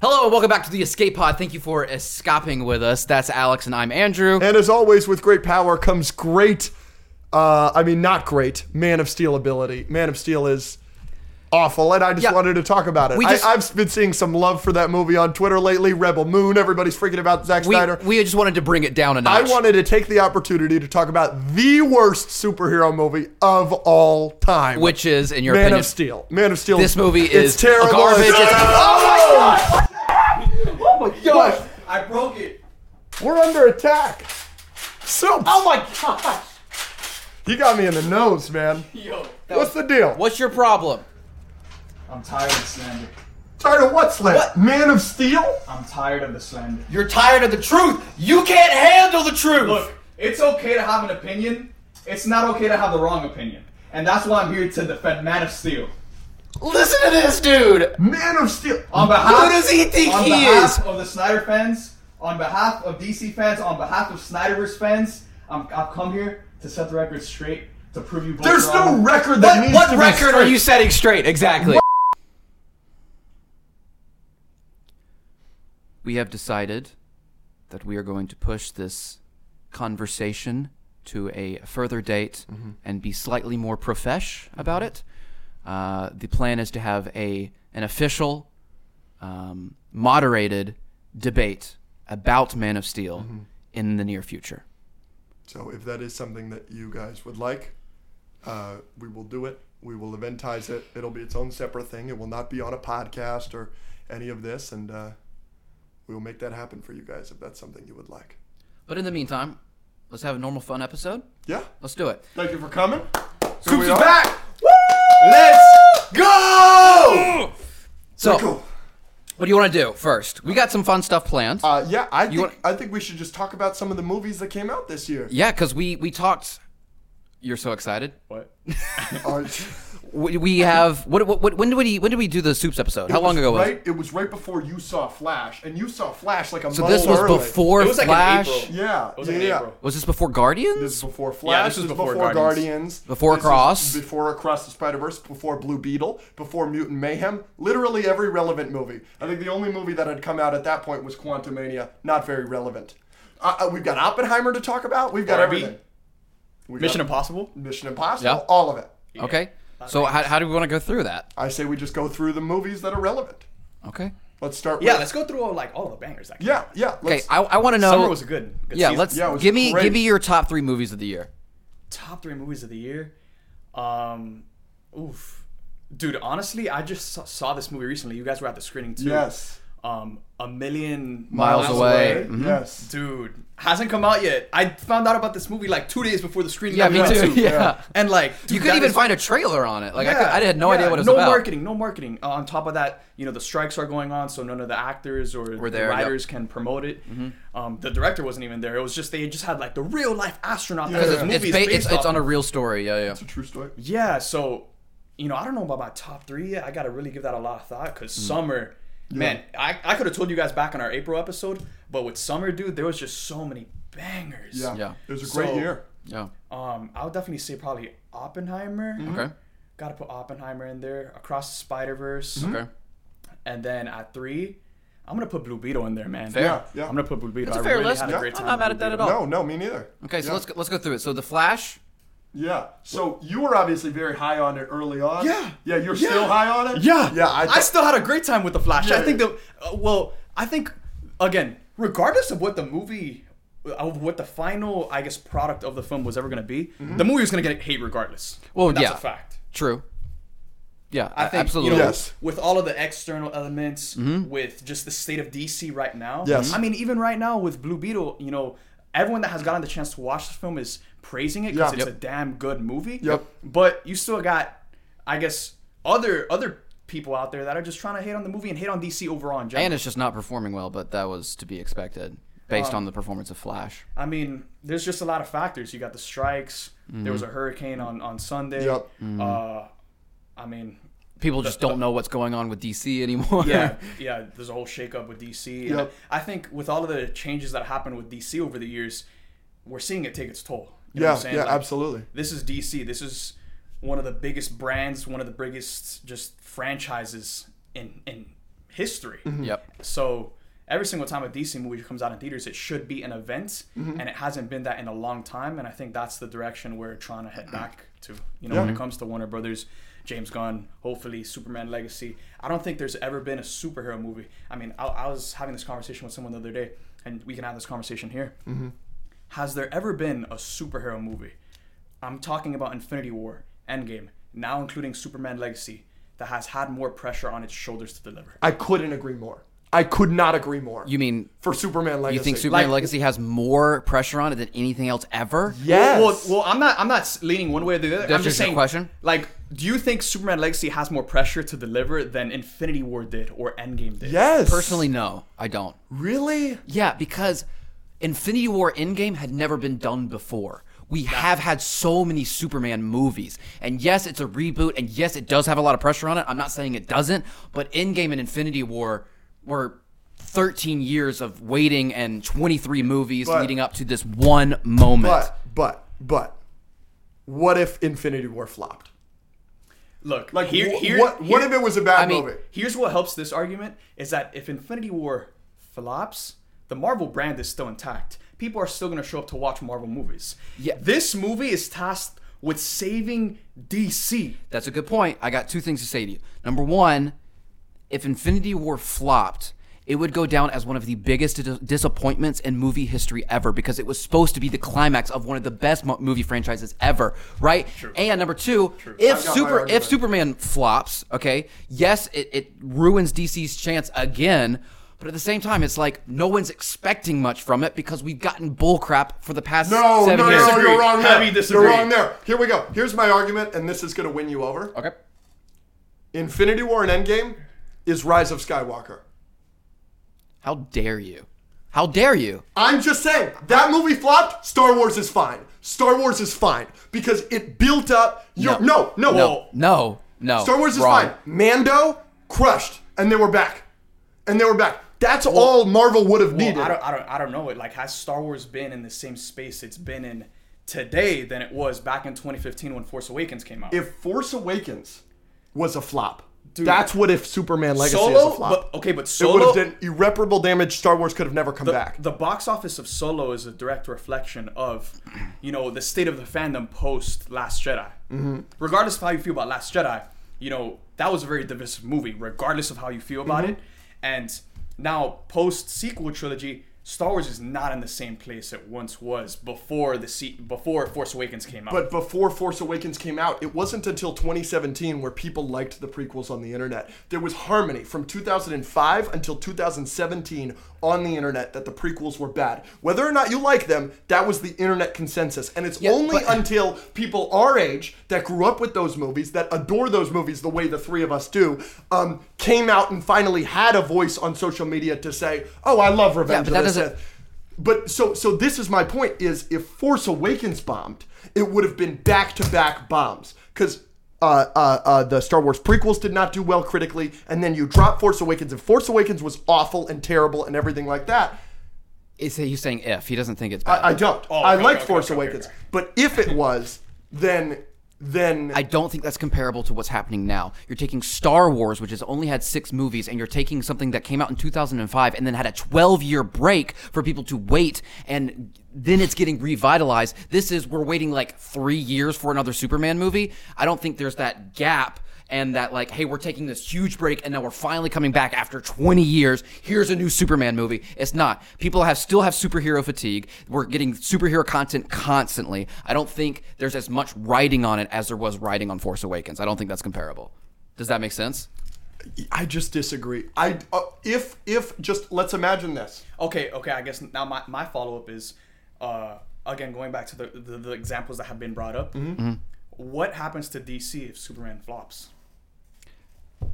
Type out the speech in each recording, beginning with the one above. Hello and welcome back to the Escape Pod. Thank you for escaping with us. That's Alex and I'm Andrew. And as always, with great power comes great. Uh, I mean, not great. Man of Steel ability. Man of Steel is awful, and I just Yeah. wanted to talk about it. We just- I, I've been seeing some love for that movie on Twitter lately. Rebel Moon. Everybody's freaking about Zack we, Snyder. we just wanted to bring it down a I notch. wanted to take the opportunity to talk about the worst superhero movie of all time, which is, in your Man opinion, of Steel. Man of Steel. This movie it's is terrible. garbage. It's- It's- oh my god! Oh my gosh! I broke it. We're under attack. So Oh my gosh! you got me in the nose, man. Yo, What's the deal? What's your problem? I'm tired of slander. Tired of what's left? Man of Steel? I'm tired of the slander. You're tired of the truth. You can't handle the truth. Look, it's okay to have an opinion. It's not okay to have the wrong opinion, and that's why I'm here to defend Man of Steel. Listen to this dude. Man of Steel. On behalf, Who does he think on he behalf is? of the Snyder fans, on behalf of DC fans, on behalf of Snyderverse fans, I'm, I've come here to set the record straight to prove you. Both There's no wrong. record that needs to be straight. setting straight? Exactly. We have decided that we are going to push this conversation to a further date and be slightly more profesh about it. Uh, the plan is to have a an official, um, moderated debate about Man of Steel in the near future. So if that is something that you guys would like, uh, we will do it. We will eventize it. It'll be its own separate thing. It will not be on a podcast or any of this, and uh, we will make that happen for you guys if that's something you would like. But in the meantime, let's have a normal fun episode. Yeah. Let's do it. Thank you for coming. Scoops we is are. back. Let's go. So, Cool. What do you want to do first? We got some fun stuff planned. Yeah, 'cause Uh, yeah, I think, want- I think we should just talk about some of the movies that came out this year. yeah, because we we talked. You're so excited. What? Uh, We, we have what, what, what when did we when did we do the soups episode? How long ago was right, it? it? was right before you saw Flash, and you saw Flash like a So month this was early. before It was like in Flash. April. Yeah, was yeah, like in yeah. April. Was this before Guardians? This is before Flash. this was before Guardians. Guardians. Before This is Across. Before Across the Spider Verse. Before Blue Beetle. Before Mutant Mayhem. Literally every relevant movie. I think the only movie that had come out at that point was Quantumania. Not very relevant. Uh, uh, we've got Oppenheimer to talk about. We've got Barbie. everything. We Mission got Impossible. Mission Impossible. Yeah. All of it. okay. So how, how do we want to go through that? I say we just go through the movies that are relevant. Okay. Let's start. Yeah, with, let's go through all like all the bangers. Actually. Yeah, yeah. Okay. Let's, I, I want to know. summer was a good. Uh, good yeah. season. Let's Yeah, it was give me great. give me your top three movies of the year. top three movies of the year. Um, oof, dude. Honestly, I just saw, saw this movie recently. You guys were at the screening too. yes. Um, a million Miles Away. Mhm. Yes. Dude, hasn't come out yet. I found out about this movie like two days before the screening. Yeah, of me Miles too. Away. Yeah. And like, dude, You couldn't that even is- find a trailer on it. Like I, could, Yeah, I had no yeah, idea what it was no about. marketing, no marketing. Uh, on top of that, you know the strikes are going on, so none of the actors or the there, yep. Mm-hmm. writers can promote it. Um, the director wasn't even there. It was just they just had like the real life astronaut that Yeah. It's- this movie It's, is ba- based it's, it's off on a real story. Yeah, yeah. True story. yeah, so you know, I don't know about my top three yet. I gotta really give that a lot of thought because Mm. summer, man, I, I could have told you guys back on our April episode, but with summer, dude, there was just so many bangers. Yeah. Yeah. It was a great So- year. Yeah. Um, I would definitely say probably Oppenheimer. Okay. Gotta put Oppenheimer in there. Across the Spider Verse, Okay. and then at three, I'm gonna put Blue Beetle in there, man. Fair. Yeah. Yeah. I'm gonna put Blue Beetle. It's a I fair really list. had a Yeah. great I'm time not with mad Blue at that at Beetle. all. No, no, me neither. Okay, so Yeah. let's go, let's go through it. So the Flash. Yeah. So you were obviously very high on it early on. Yeah. Yeah, you're Yeah. still high on it? Yeah, Yeah, I, I, still had a great time with the Flash. Yeah, I think yeah. the uh, well, I think again, regardless of what the movie, of what the final, I guess, product of the film was ever going to be, the movie was going to get hate regardless. Well, And that's yeah. a fact. True. Yeah, I think absolutely. you know, Yes. with all of the external elements, with just the state of DC right now. Mm-hmm. Yes. I mean, even right now with Blue Beetle, you know, everyone that has gotten the chance to watch this film is praising it because Yeah. it's Yep. a damn good movie. Yep. But you still got, I guess, other other people out there that are just trying to hate on the movie and hate on DC overall in general. And it's just not performing well, but that was to be expected based Um, on the performance of Flash. I mean, there's just a lot of factors. You got the strikes. There was a hurricane on on Sunday. Mm-hmm. Yep. Uh, I mean, People just don't know what's going on with DC anymore. yeah, yeah. There's a whole shakeup with DC. And Yep. I think with all of the changes that happened with DC over the years, we're seeing it take its toll. You know what yeah, I'm saying? yeah, Like, absolutely. This is DC. This is one of the biggest brands, one of the biggest just franchises in in history. Mm-hmm. Yep. So every single time a DC movie comes out in theaters, it should be an event, Mm-hmm. and it hasn't been that in a long time. And I think that's the direction we're trying to Mm-hmm. head back to. You know, when it comes to Warner Brothers, James Gunn, hopefully Superman Legacy. I don't think there's ever been a superhero movie. I mean, I, I was having this conversation with someone the other day, and we can have this conversation here. Mm-hmm. Has there ever been a superhero movie? I'm talking about Infinity War, Endgame, now including Superman Legacy, that has had more pressure on its shoulders to deliver. I couldn't agree more. I could not agree more. You mean for Superman Legacy? you think Superman Like- Legacy has more pressure on it than anything else ever? Yes. Well, well, I'm not. I'm not leaning one way or the other. I'm That's just your saying. question? Like, do you think Superman Legacy has more pressure to deliver than Infinity War did or Endgame did? yes. Personally, no, I don't. really? Yeah, because Infinity War Endgame had never been done before. We have had so many Superman movies. And yes, it's a reboot, and yes, it does have a lot of pressure on it. I'm not saying it doesn't, but Endgame and Infinity War were 13 years of waiting and 23 movies But- leading up to this one moment. But but but, what if Infinity War flopped? Look, Like like here, wh- here, what? what here- if it was a bad I mean, movie? Here's what helps this argument is that if Infinity War flops, the Marvel brand is still intact. People are still going to show up to watch Marvel movies. Yeah. This movie is tasked with saving DC. That's a good point. I got two things to say to you. Number one, if Infinity War flopped, it would go down as one of the biggest dis- disappointments in movie history ever because it was supposed to be the climax of one of the best mo- movie franchises ever, right? And number two, if I've got my super argument. if Superman flops, okay, yes, it, it ruins DC's chance again. But at the same time, it's like no one's expecting much from it because we've gotten bullcrap for the past No, no, seven no, years. no, you're wrong there. Heavy You're disagree. wrong there. Here we go. Here's my argument, and this is going to win you over. Okay. Infinity War and Endgame is Rise of Skywalker. How dare you? How dare you? I'm just saying that movie flopped. Star Wars is fine. Star Wars is fine because it built up. Your, no, no, No, no, no. Star Wars is Wrong. fine. Mando crushed, and they were back, and they were back. That's all Marvel would have needed. Well, I don't, I don't, I don't know. It like has Star Wars been in the same space it's been in today than it was back in 2015 when Force Awakens came out. if Force Awakens was a flop, that's what if Superman Legacy is a Solo, flop. but okay, but it would Solo, have done irreparable damage. Star Wars could have never come back. the box office of Solo is a direct reflection of, you know, the state of the fandom post Last Jedi. Mm-hmm. Regardless of how you feel about Last Jedi, you know that was a very divisive movie. Regardless of how you feel Mm-hmm. about it, and now post sequel trilogy, Star Wars is not in the same place it once was before the se- before Force Awakens came out. But before Force Awakens came out, it wasn't until 2017 where people liked the prequels on the internet. There was harmony from 2005 until 2017 on the internet that the prequels were bad. Whether or not you like them, that was the internet consensus. And it's only but- until people our age that grew up with those movies, that adore those movies the way the three of us do, um, came out and finally had a voice on social media to say, "Oh, I love Revenge but that of the doesn't- Sith." But so so this is my point is if Force Awakens bombed, it would have been back to back bombs because. Uh, uh, uh, the Star Wars prequels did not do well critically, and then you drop Force Awakens, and Force Awakens was awful and terrible and everything like that. Is he he's saying if he doesn't think it's bad? I, I don't. I Oh, okay, like okay, Force okay, okay, Awakens, okay. but if it was, then then I don't think that's comparable to what's happening now. You're taking Star Wars, which has only had six movies, and you're taking something that came out in 2005 and then had a 12 year break for people to wait, and then it's getting revitalized. This is, we're waiting like three years for another Superman movie. I don't think there's that gap and that, like, hey, we're taking this huge break and now we're finally coming back after 20 years. Here's a new Superman movie. It's not. People have still have superhero fatigue. We're getting superhero content constantly. I don't think there's as much writing on it as there was writing on Force Awakens. I don't think that's comparable. Does that make sense? I just disagree. I uh, if if just let's imagine this. Okay, okay. I guess now my, my follow up is, uh, again going back to the, the the examples that have been brought up. Mm-hmm. What happens to DC if Superman flops?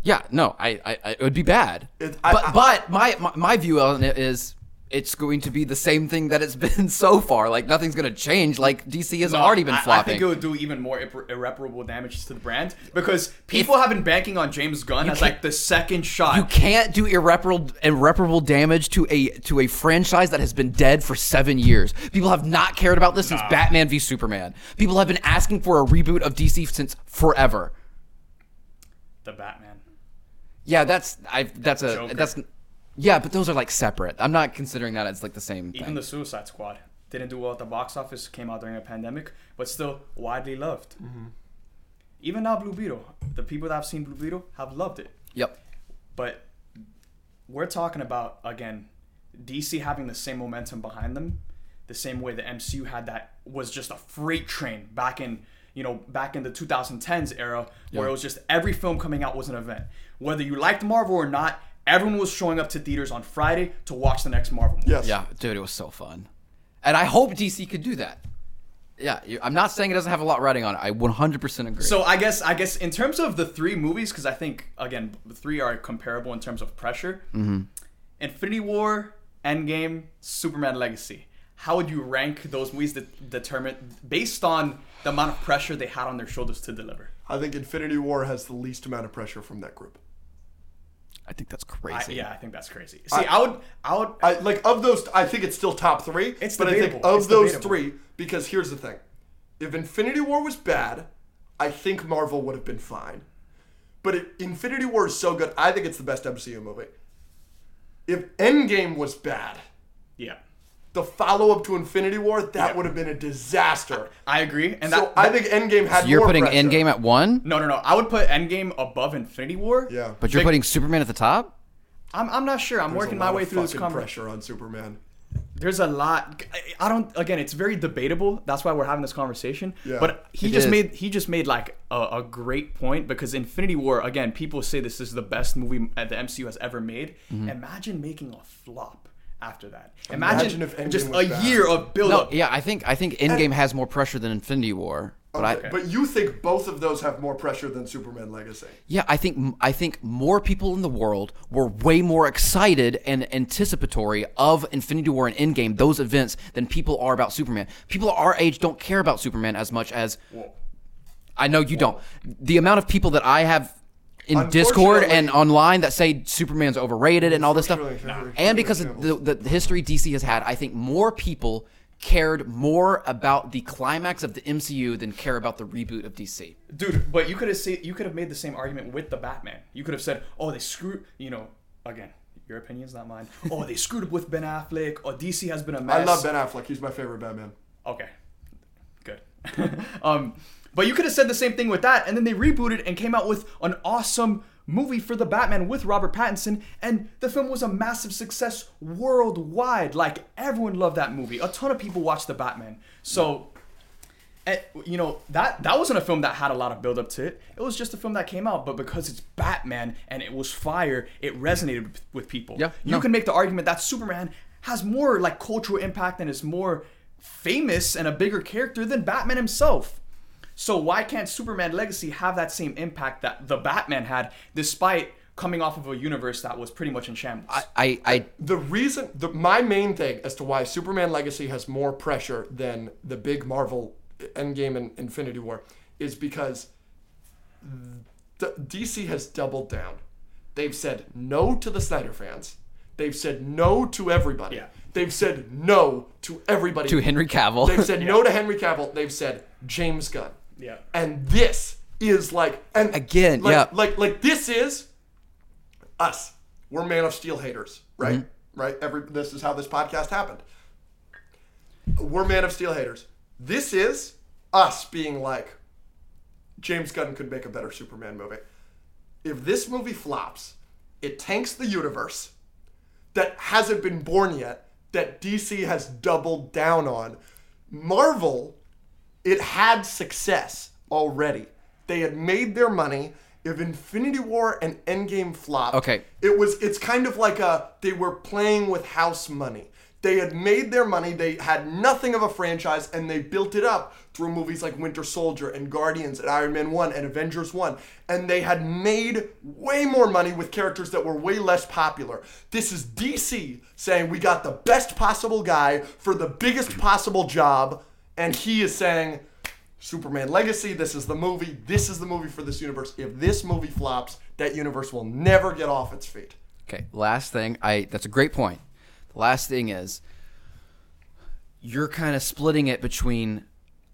Yeah, no, I, I, I it would be bad. It- I- but I- but my, my my view on it is it's going to be the same thing that it's been so far. Like nothing's going to change. Like DC has already been I- I, flopping. think it would do even more irre- irreparable damage to the brand because people have been banking on James Gunn as like the second shot. You can't do irreparable irreparable damage to a to a franchise that has been dead for seven years. People have not cared about this since Batman v Superman. People have been asking for a reboot of DC since forever. the Batman. Yeah, that's I. That's, a Joker. that's. Yeah, but those are like separate. I'm not considering that as like the same thing. Even the Suicide Squad didn't do well at the box office, came out during a pandemic, but still widely loved. Mm-hmm. Even now, Blue Beetle, the people that have seen Blue Beetle have loved it. yep. But we're talking about again, DC having the same momentum behind them, the same way the MCU had that was just a freight train back in you know back in the 2010s era where Yeah. it was just every film coming out was an event. Whether you liked Marvel or not, everyone was showing up to theaters on Friday to watch the next Marvel movie. Yes. Yeah, dude, it was so fun, and I hope DC could do that. Yeah, you- I'm not saying it doesn't have a lot riding on it. I 100% agree. So I guess I guess in terms of the three movies, because I think again the three are comparable in terms of pressure. Mm-hmm. Infinity War, Endgame, Superman Legacy. How would you rank those movies that determine based on the amount of pressure they had on their shoulders to deliver? I think Infinity War has the least amount of pressure from that group. I think that's I- crazy. yeah, I think that's crazy. See, I, would, I would, I like of those. I think it's still top three. It's but I think debatable. of It's those debatable. three because here's the thing: if Infinity War was bad, I think Marvel would have been fine. But it, Infinity War is so good, I think it's the best MCU movie. If Endgame was bad, yeah, the follow-up to Infinity War that would have been a disaster. I agree. And so that, I think Endgame had. So you're more putting pressure. Endgame at one, no, no, no. I would put Endgame above Infinity War. Yeah, but you're Big- putting Superman at the top. I'm, I'm not sure. I'm There's a working my lot way of through this fucking conversation. pressure on Superman. There's a lot. I- I don't. Again, it's very debatable. That's why we're having this conversation. Yeah. But he It just is. made he just made like a, a great point because Infinity War. Again, people say this is the best movie uh, the MCU has ever made. Mm-hmm. Imagine making a flop after that. Imagine Imagine, if Endgame just a was bad. year of build No, up. yeah, I think I think Endgame has more pressure than Infinity War, but I But you think both of those have more pressure than Superman Legacy? Yeah, I think I think more people in the world were way more excited and anticipatory of Infinity War and Endgame, those events, than people are about Superman. People our age don't care about Superman as much as I know you don't. The amount of people that I have in Discord and online that say Superman's overrated and all this stuff, Unfortunately, Nah. very and few because of the, examples. the, the history DC has had, I think more people cared more about the climax of the MCU than care about the reboot of DC. dude. But you could have said you could have made the same argument with the Batman. You could have said, "Oh, they screwed." You know, again, your opinion's not mine. oh, they screwed up with Ben Affleck. Or DC has been a mess. I love Ben Affleck. He's my favorite Batman. Okay. Good. um, but you could have said the same thing with that, and then they rebooted and came out with an awesome movie for the Batman with Robert Pattinson, and the film was a massive success worldwide. Like everyone loved that movie. A ton of people watched the Batman. So and, you know that that wasn't a film that had a lot of build up to it. It was just a film that came out, but because it's Batman and it was fire, it resonated with- with people. Yeah, you no. can make the argument that Superman has more like cultural impact and is more famous and a bigger character than Batman himself. So why can't Superman Legacy have that same impact that the Batman had, despite coming off of a universe that was pretty much in shambles? I, I, I The reason, the, my main thing as to why Superman Legacy has more pressure than the big Marvel Endgame and Infinity War is because D- DC has doubled down. They've said no to the Snyder fans. They've said no to everybody. Yeah. They've said no to everybody. to Henry Cavill. They've said no to Henry Cavill. They've said James Gunn. Yeah. And this is like and Again, like, yeah. like like this is us. We're Man of Steel haters, right? Mm-hmm. Right? Every this is how this podcast happened. We're Man of Steel haters. This is us being like James Gunn could make a better Superman movie. If this movie flops, it tanks the universe that hasn't been born yet that DC has doubled down on. Marvel, it had success already. They had made their money. If Infinity War and Endgame flopped, Okay. it was it's kind of like a they were playing with house money. They had made their money, they had nothing of a franchise, and they built it up through movies like Winter Soldier and Guardians and Iron Man 1 and Avengers 1. And they had made way more money with characters that were way less popular. This is DC saying we got the best possible guy for the biggest possible job, and he is saying Superman Legacy, this is the movie, this is the movie for this universe. If this movie flops, that universe will never get off its feet. Okay, last thing. I that's a great point. The last thing is you're kind of splitting it between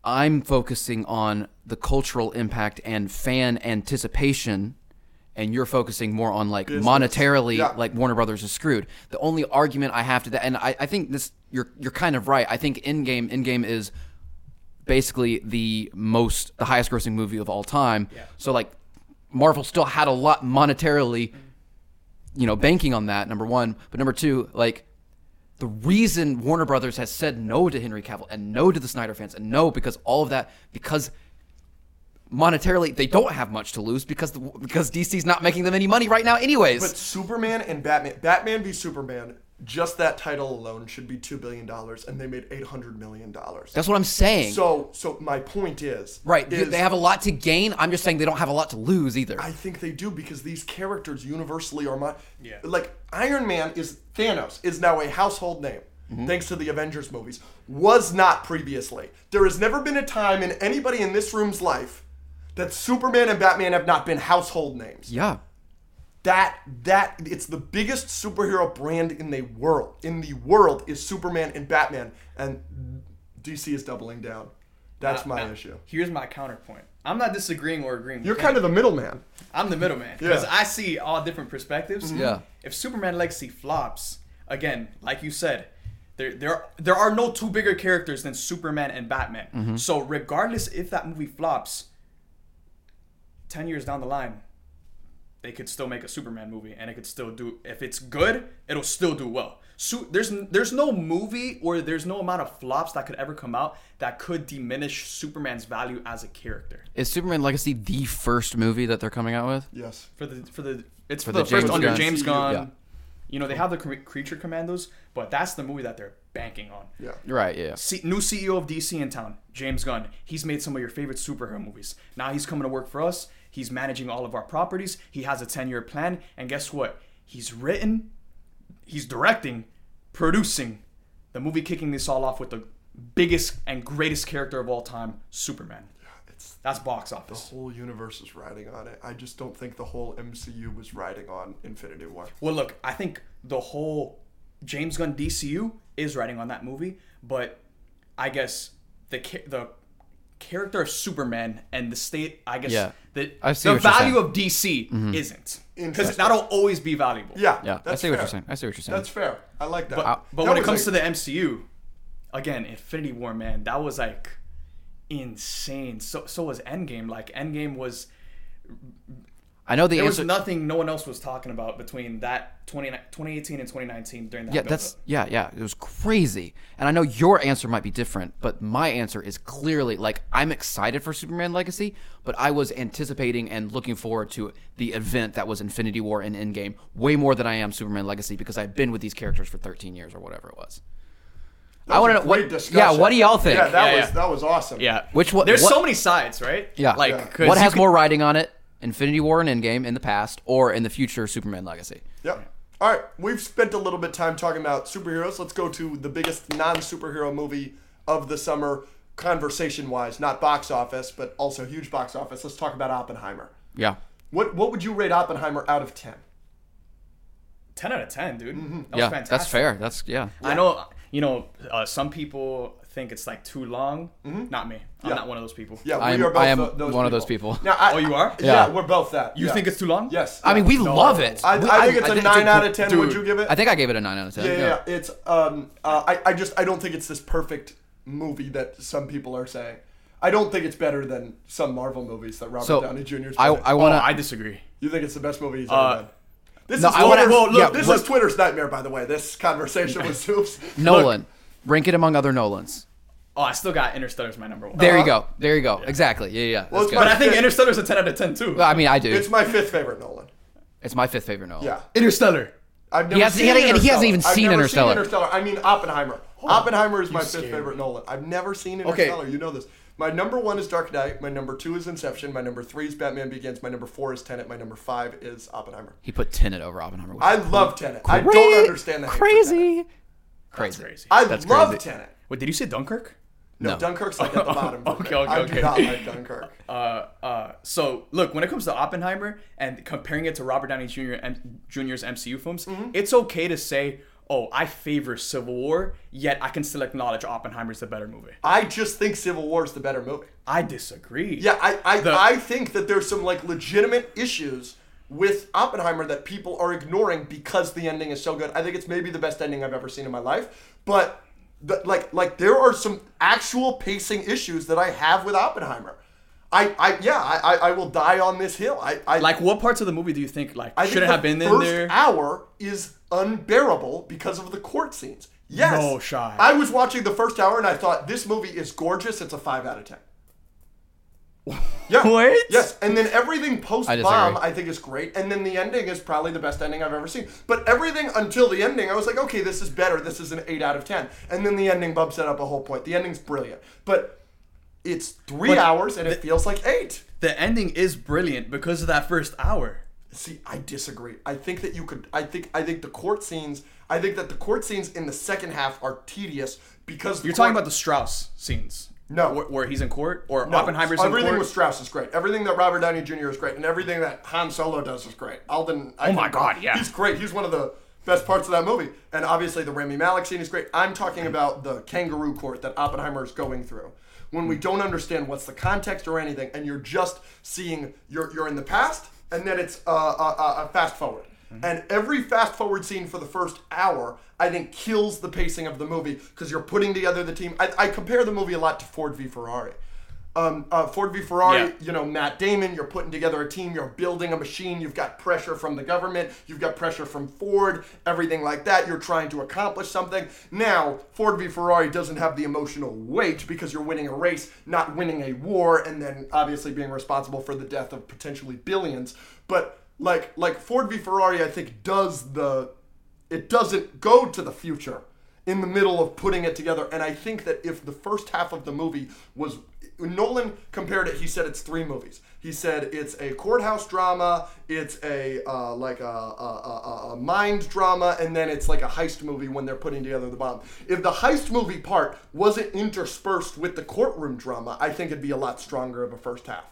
I'm focusing on the cultural impact and fan anticipation and you're focusing more on like Business. monetarily Yeah. like Warner Brothers is screwed. The only argument I have to that and I, I think this you're you're kind of right. I think Endgame Endgame is basically the most the highest grossing movie of all time. So like Marvel still had a lot monetarily Mm-hmm. you know banking on that number 1, but number 2 like the reason Warner Brothers has said no to Henry Cavill and no to the Snyder fans and no because all of that because monetarily they don't have much to lose because the, because DC's not making them any money right now anyways. But Superman and Batman, Batman v Superman, just that title alone should be two billion dollars, and they made eight hundred million dollars. That's what I'm saying. So, so my point is, right, you- Is they have a lot to gain. I'm just saying they don't have a lot to lose either. I think they do because these characters universally are my like Iron Man is Thanos is now a household name thanks to the Avengers movies was not previously. There has never been a time in anybody in this room's life that Superman and Batman have not been household names. yeah. That that it's the biggest superhero brand in the world. In the world is Superman and Batman and DC is doubling down. That's my Now, issue. Here's my counterpoint. I'm not disagreeing or agreeing. You're with kind of the middleman. I'm the middleman because Yeah. I see all different perspectives. Yeah. If Superman Legacy flops again, like you said, there there there are no two bigger characters than Superman and Batman. So regardless if that movie flops, ten years down the line, they could still make a Superman movie and it could still do. If it's good, it'll still do well. So there's n- there's no movie or there's no amount of flops that could ever come out that could diminish Superman's value as a character. Is Superman Legacy the first movie that they're coming out with? Yes. for the for the it's for, For the, the first James under Gunn. James Gunn. Yeah. You know they have the cre- creature commandos, but that's the movie that they're banking on. Yeah. Right, yeah. C- new CEO of DC in town, James Gunn. He's made some of your favorite superhero movies. Now he's coming to work for us. He's managing all of our properties. He has a 10-year plan, and guess what? He's written, he's directing, producing the movie kicking this all off with the biggest and greatest character of all time, Superman. It's That's box office. whole universe is riding on it. I just don't think the whole MCU was riding on Infinity War. Well, look, I think the whole James Gunn DCU is writing on that movie, but I guess the cha- the character of Superman and the state, I guess Yeah. the, I see the what you're Mm-hmm. value of DC isn't because Interesting. that'll always be valuable. Yeah, Yeah, I that's see what fair. you're saying. I see what you're saying. That's fair. I like that. but, but when it comes to the MCU, again, Infinity War, man, that was like insane. So so was Endgame. Like Endgame was I know the there was answer nothing no one else was talking about between that 20, 2018 and 2019 during that Yeah, build-up. that's yeah, yeah. It was crazy. And I know your answer might be different, but my answer is clearly like I'm excited for Superman Legacy, but I was anticipating and looking forward to the event that was Infinity War and Endgame way more than I am Superman Legacy because I've been with these characters for 13 years or whatever it was. I want to know what Yeah, what do y'all think? Yeah, that Yeah, was yeah. that was awesome. Yeah. Which one- There's what- so many sides, right? Yeah. Like, Yeah. 'cause what you has could- more riding on it? Infinity War and Endgame in the past or in the future Superman Legacy? Yep. All right, we've spent a little bit of time talking about superheroes. Let's go to the biggest non-superhero movie of the summer, conversation-wise, not box office, but also huge box office. Let's talk about Oppenheimer. Yeah. What what would you rate Oppenheimer out of ten? 10 out of 10, dude. That yeah. was fantastic. That's fair. That's yeah. I know, you know, uh, some people think it's like too long. Not me. I'm Yeah. not one of those people. Yeah, I we am- are both I am tho- one of those people. Now, I, Oh, you are? Yeah, Yeah. we're both that. You yeah. think it's too long? Yes. I mean, we No. love it. I, We- I think it's a a nine out of ten. Would dude, you give it? I think I gave it a nine out of ten. yeah, yeah, yeah. It's um, uh, I, I just I don't think it's this perfect movie that some people are saying. I don't think it's better than some Marvel movies that Robert So Downey Jr.'s I, been in. I Oh, want to. I disagree. you think it's the best movie he's Uh, ever done? This no, is I wanna- Twitter's, well, look, this what- is Twitter's nightmare, by the way. This conversation with Zoops. Nolan. Rank it among other Nolans. Uh-huh. Oh, I still got Interstellar's my number one. There you go. There you go. Exactly. Yeah, yeah. That's Well, it's good. But Well, I think Yeah. Interstellar's a 10 out of 10, too. I mean, I do. It's It's, my fifth favorite Nolan. my fifth favorite Nolan. Yeah. Interstellar. I've never hasn't- seen he hasn't- and he hasn't even Interstellar. seen I've never Interstellar. Seen Interstellar. I mean Oppenheimer. Oppenheimer is my fifth favorite Nolan. I've never seen Interstellar. You know this. My number one is Dark Knight. My number two is Inception. My number three is Batman Begins. My number four is Tenet. My number five is Oppenheimer. He put Tenet over Oppenheimer. which I is love Tenet. I don't understand that. hate for Tenet. Crazy. Crazy. Crazy. I That's love crazy. Tenet. Wait, did you say Dunkirk? No, No. Dunkirk's like at the bottom. for me. Okay, okay, I okay. do not like Dunkirk. Uh, uh, so look, when it comes to Oppenheimer and comparing it to Robert Downey Jr. M- Jr.'s MCU films, it's okay to say, "Oh, I favor Civil War," yet I can still acknowledge Oppenheimer's the better movie. I just think Civil War is the better movie. I disagree. Yeah, I I, The- I think that there's some like legitimate issues with Oppenheimer that people are ignoring because the ending is so good. I think it's maybe the best ending I've ever seen in my life, but the, like like there are some actual pacing issues that I have with Oppenheimer. I, I yeah I, I I will die on this hill. I, I Like, what parts of the movie do you think like I think should the have been in first there? Hour is unbearable because of the court scenes. Yes, No shot. I was watching the first hour and I thought this movie is gorgeous. It's a five out of ten. Yeah. What? Yes, and then everything post bomb disagree. I think is great, and then the ending is probably the best ending I've ever seen. But everything until the ending, I was like, okay, this is better. This is an eight out of ten, and then the ending bumps it up a whole point. The ending's brilliant, but it's three But hours and it feels like eight. the ending is brilliant because of that first hour. See, I disagree. I think that you could. I think. I think the court scenes. I think that the court scenes in the second half are tedious because the You're court- talking about the Strauss scenes. No. Where, where he's in court or No, Oppenheimer's in Everything court. with Strauss is great. Everything that Robert Downey Jr. is great, and everything that Han Solo does is great. Alden. I Oh my God, yeah. He's great. He's one of the best parts of that movie, and obviously the Rami Malek scene is great. I'm talking about the kangaroo court that Oppenheimer is going through. When we don't understand what's the context or anything, and you're just seeing you're you're in the past, and then it's uh, uh, uh, uh, fast forward. And every fast forward scene for the first hour, I think, kills the pacing of the movie because you're putting together the team. I, I compare the movie a lot to Ford v Ferrari. Um, uh, Ford v Ferrari, Yeah. you know, Matt Damon, you're putting together a team, you're building a machine, you've got pressure from the government, you've got pressure from Ford, everything like that. You're trying to accomplish something. Now, Ford v Ferrari doesn't have the emotional weight because you're winning a race, not winning a war, and then obviously being responsible for the death of potentially billions. But like like Ford v Ferrari, I think does the it doesn't go to the future in the middle of putting it together. And I think that if the first half of the movie was Nolan compared it, he said it's three movies. He said it's a courthouse drama, it's a uh, like a, a, a, a mind drama, and then it's like a heist movie when they're putting together the bomb. If the heist movie part wasn't interspersed with the courtroom drama, I think it'd be a lot stronger of a first half.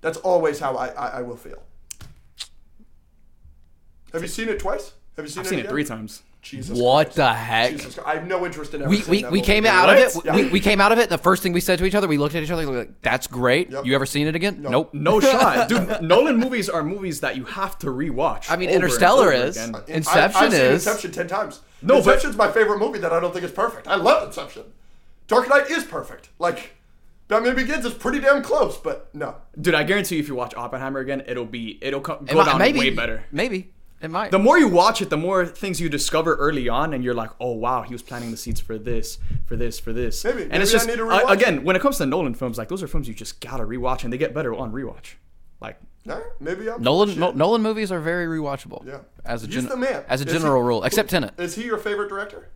That's always how I, I, I will feel. Have you seen it twice? Have you seen I've it? seen it again? three times. Jesus. What Christ. the heck? Jesus Christ. I have no interest in ever We, seeing we, that we movie. came out of it. Yeah. We, we came out of it. The first thing we said to each other, we looked at each other. We were like, "That's great. Yep. You ever seen it again? Nope. No shot, dude. Nolan movies are movies that you have to rewatch. I mean, over and Interstellar over is. again. Uh, I- Inception I've seen is- Inception ten times. No, but- Inception's my favorite movie that I don't think is perfect. I love Inception. Dark Knight is perfect. Like Batman Begins is pretty damn close, but no. Dude, I guarantee you, if you watch Oppenheimer again, it'll be it'll co- It go might- down maybe, way better. Maybe it might. The more you watch it, the more things you discover early on, and you're like, oh wow, he was planting the seeds for this, for this, for this. Maybe. And Maybe it's I just need to uh, rewatch again when it comes to Nolan films, like those are films you just gotta rewatch, and they get better on rewatch. Like, No, maybe I'm Nolan shit. no, Nolan movies are very rewatchable. Yeah. As a He's gen- the man. as a Is he- general rule, except Tenet. Is he your favorite director?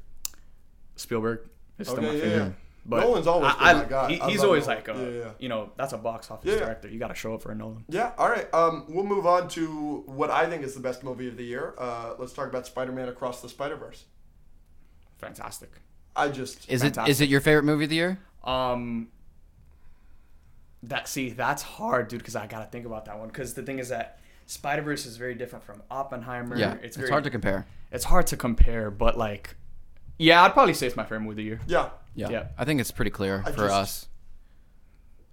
Spielberg is still Okay, my yeah, favorite. yeah. But Nolan's always I, been my guy. He, I he's love always Nolan. like, a, Yeah, yeah. you know, that's a box office Yeah. director. You gotta show up for a Nolan. Yeah, all right. Um, we'll move on to what I think is the best movie of the year. Uh, let's talk about Spider-Man Across the Spider-Verse. Fantastic. I just Is it is Fantastic. it your favorite movie of the year? Um, that see, that's hard, dude, because I gotta think about that one. Because the thing is that Spider Verse is very different from Oppenheimer. Yeah, it's, it's, very, hard to compare. It's hard to compare, but like, yeah, I'd probably say it's my favorite movie of the year. yeah. Yeah. Yeah. I think it's pretty clear for just- us.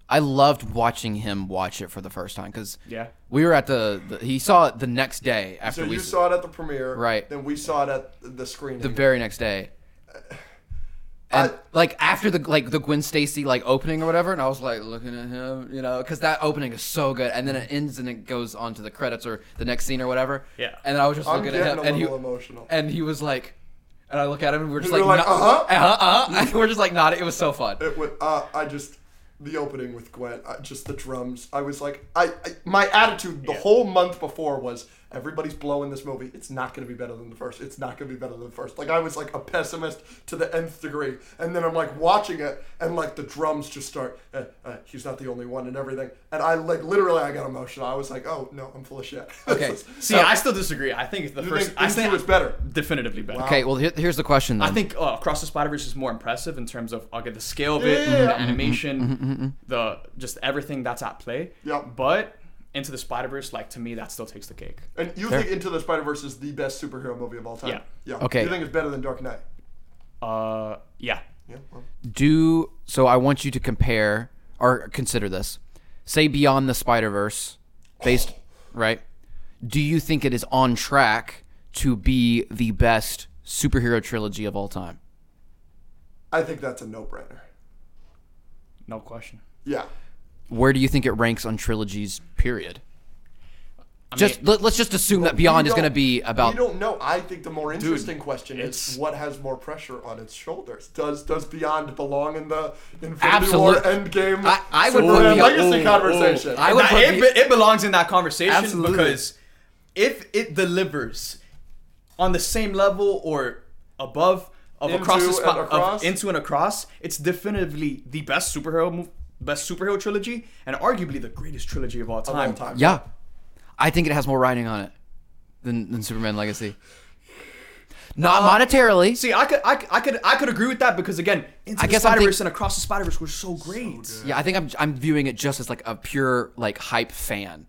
I loved watching him watch it for the first time because Yeah. we were at the, the he saw it the next day after So we you s- saw it at the premiere, Right. Then we saw it at the screening. the very next day. And I- like after the like the Gwen Stacy like opening or whatever, and I was like looking at him, you know, because that opening is so good, and then it ends and it goes on to the credits or the next scene or whatever. Yeah. And I was just I'm looking at getting him, a and little he emotional. and he was like, and I look at him, and we're just We like, were like, no- uh-huh. uh-huh, uh-huh. And we're just like nodding. It was so fun. It would. Uh, I just the opening with Gwen. I, just the drums. I was like, I, I my attitude the whole month before was everybody's blowing this movie. It's not going to be better than the first. It's not going to be better than the first. Like I was like a pessimist to the nth degree, and then I'm like watching it, and like the drums just start. Uh, uh, he's not the only one, and everything. And I like literally, I got emotional. I was like, oh no, I'm full of shit. Okay. See, I still disagree. I think the You first. think I these think two is better? Definitively better. Okay, well here, here's the question. Then. I think uh, Across the Spider Verse is more impressive in terms of okay the scale of Yeah, it, yeah, yeah. the animation, the just everything that's at play. Yeah. But Into the Spider Verse, like to me, that still takes the cake. And you think Into the Spider Verse is the best superhero movie of all time? Yeah. Yeah. Okay. You think it's better than Dark Knight? Uh, yeah. Yeah. Well, do so i want you to compare or consider this say beyond the spider verse based right do you think it is on track to be the best superhero trilogy of all time? I think that's a no-brainer. No question. Yeah. Where do you think it ranks on trilogies? Period. just let, us just assume that Beyond We is going to don't- be about We don't know. I think the more interesting question is what has more pressure on its shoulders. Does does Beyond belong in the Infinity War Absolute- Endgame I- I would put Superman Beyond- legacy Ooh, conversation? oh. I I would would put it, the- be- it belongs in that conversation Absolutely. because if it delivers on the same level or above of across the Into spot and of across? into and across, it's definitively the best superhero mov- best superhero trilogy and arguably the greatest trilogy of all time. All time. yeah. I think it has more writing on it than, than Superman Legacy. Uh, Not monetarily. See, I could, I, could- I could, I could agree with that because again, into I I the guess I'm Spider Verse think- and across the Spider Verse were so great. Yeah, I think I'm I'm viewing it just as like a pure like hype fan.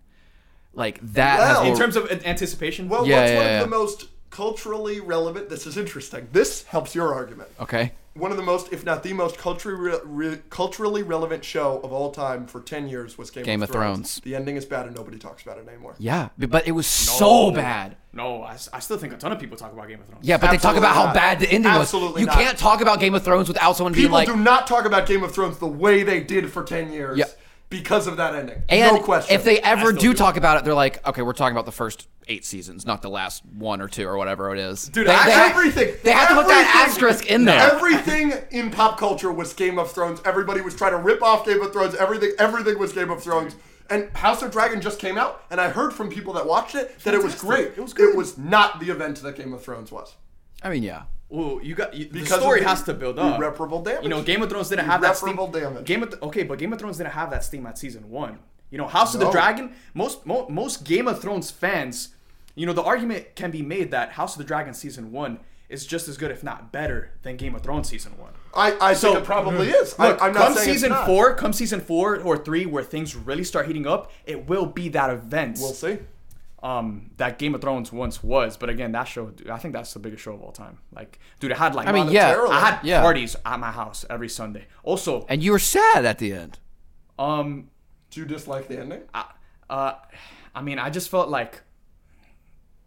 Like that has Well- more- in terms of an- anticipation, Well, Yeah, what's yeah, one yeah. of the most culturally relevant? This is interesting. This helps your argument. Okay. One of the most, if not the most, culturally re- culturally relevant show of all time for ten years was Game, Game of, of Thrones. The ending is bad, and nobody talks about it anymore. Yeah, b- but it was so bad. no, I, s- I still think a ton of people talk about Game of Thrones. Yeah, but Absolutely they talk about how not. bad the ending was. Absolutely You not. can't talk about Game of Thrones without someone being People like do not talk about Game of Thrones the way they did for ten years Yeah. because of that ending. and no question. if they ever do, still do. talk about it, they're like, okay, we're talking about the first eight seasons, not the last one or two or whatever it is. Dude, they, I- they have- everything. They have to put that everything- asterisk in there. Everything in pop culture was Game of Thrones. Everybody was trying to rip off Game of Thrones. Everything, everything was Game of Thrones. And House of Dragon just came out, and I heard from people that watched it that it was great. It was good. It was not the event that Game of Thrones was. I mean, yeah. Ooh, you got you, the Because of story the has to build up. irreparable damage. You know, Game of Thrones didn't have that steam. Irreparable damage. Game of Th- okay, but Game of Thrones didn't have that steam at season one. You know, House of the No. Dragon. Most mo- most Game of Thrones fans, you know, the argument can be made that House of the Dragon season one is just as good, if not better, than Game of Thrones season one. I, I So- think it probably mm. is. Look, I, I'm not come saying it's season not. four, come season four or three, where things really start heating up, it will be that event We'll see. um, that Game of Thrones once was. But again, that show, dude, I think that's the biggest show of all time. Like, dude, it had like I mean, yeah. I had Yeah. parties at my house every Sunday. Also, And you were sad at the end. um, Do you dislike the ending? I, uh, I mean, I just felt like,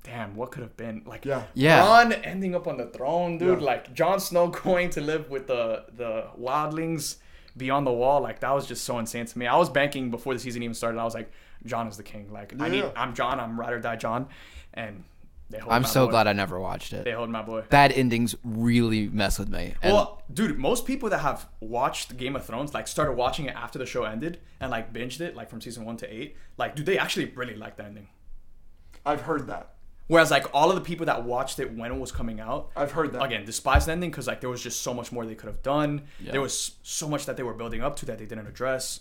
damn, what could have been like? Yeah. Yeah. Jon ending up on the throne, dude. Yeah. Like Jon Snow going to live with the the wildlings beyond the wall. Like that was just so insane to me. I was banking before the season even started. I was like, John is the king. Like I need, Yeah. I'm John. I'm ride or die John. And they hold I'm my so boy. glad I never watched it. they hold my boy. Bad endings really mess with me. And Well, dude, most people that have watched Game of Thrones, like, started watching it after the show ended and, like, binged it, like, from season one to eight, like, dude, they actually really like the ending. I've heard that. Whereas, like, all of the people that watched it when it was coming out, I've heard that. again, despised the ending because, like, there was just so much more they could have done. There was so much that they were building up to that they didn't address.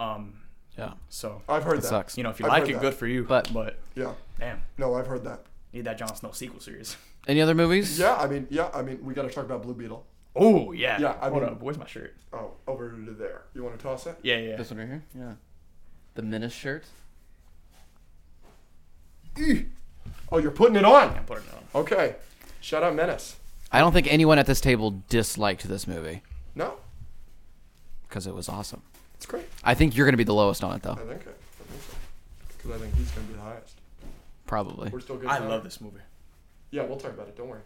Um, yeah. so, I've heard that. sucks. you know, if you I've like heard it, that. good for you. But- but Yeah. damn, No, I've heard that. need that Jon Snow sequel series. Any other movies? Yeah, I mean, yeah, I mean, we got to talk about Blue Beetle. Oh, yeah. Yeah, I Hold mean- up. Where's my shirt? Oh, over to there. You want to toss it? Yeah, yeah. yeah. This one right here? Yeah. The Menace shirt? Oh, you're putting it on. Put it on. Okay. Shout out Menace. I don't think anyone at this table disliked this movie No, because it was awesome. it's great. I think you're going to be the lowest on it, though. I think it. I think so. Because I think he's going to be the highest. Probably. We're still good. I now? love this movie. Yeah, we'll talk about it. Don't worry.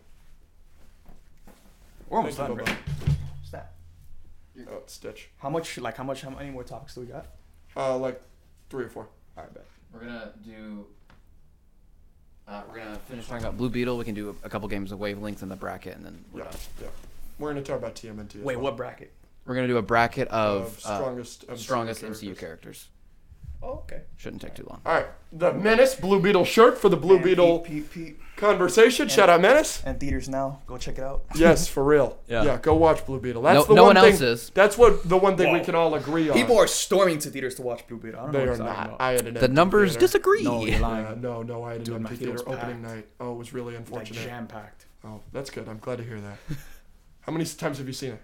We're almost Thank done, you, bro. Bobo. What's that? Oh, Stitch. How much? Like how much? How many more topics do we got? Uh, like three or four. All right, bet. We're gonna do. Uh, we're gonna finish talking about Blue Beetle. We can do a, a couple games of Wavelength in the bracket, and then we're Yeah, done. yeah. We're going to talk about TMNT. as Wait, well. what bracket? We're gonna do a bracket of, Of uh, strongest MCU strongest characters. MCU characters. Oh, okay. Shouldn't take too long. All right. The Menace Blue Beetle shirt for the Blue Beetle Pete, Pete, Pete. conversation. Shout out Menace. and theaters now. Go check it out. Yes, for real. Yeah. go watch Blue Beetle. That's No- the no one, one thing, else is. That's what the one thing we Whoa. can all agree on. People are storming to theaters to watch Blue Beetle. I don't They know are what you're not. talking I had an The empty numbers theater. disagree. about. No, you're lying. Yeah, no, no, I had an Dude, my empty theater theater's opening packed. night. Oh, it was really like unfortunate. jam packed. Oh, that's good. I'm glad to hear that. How many times have you seen it?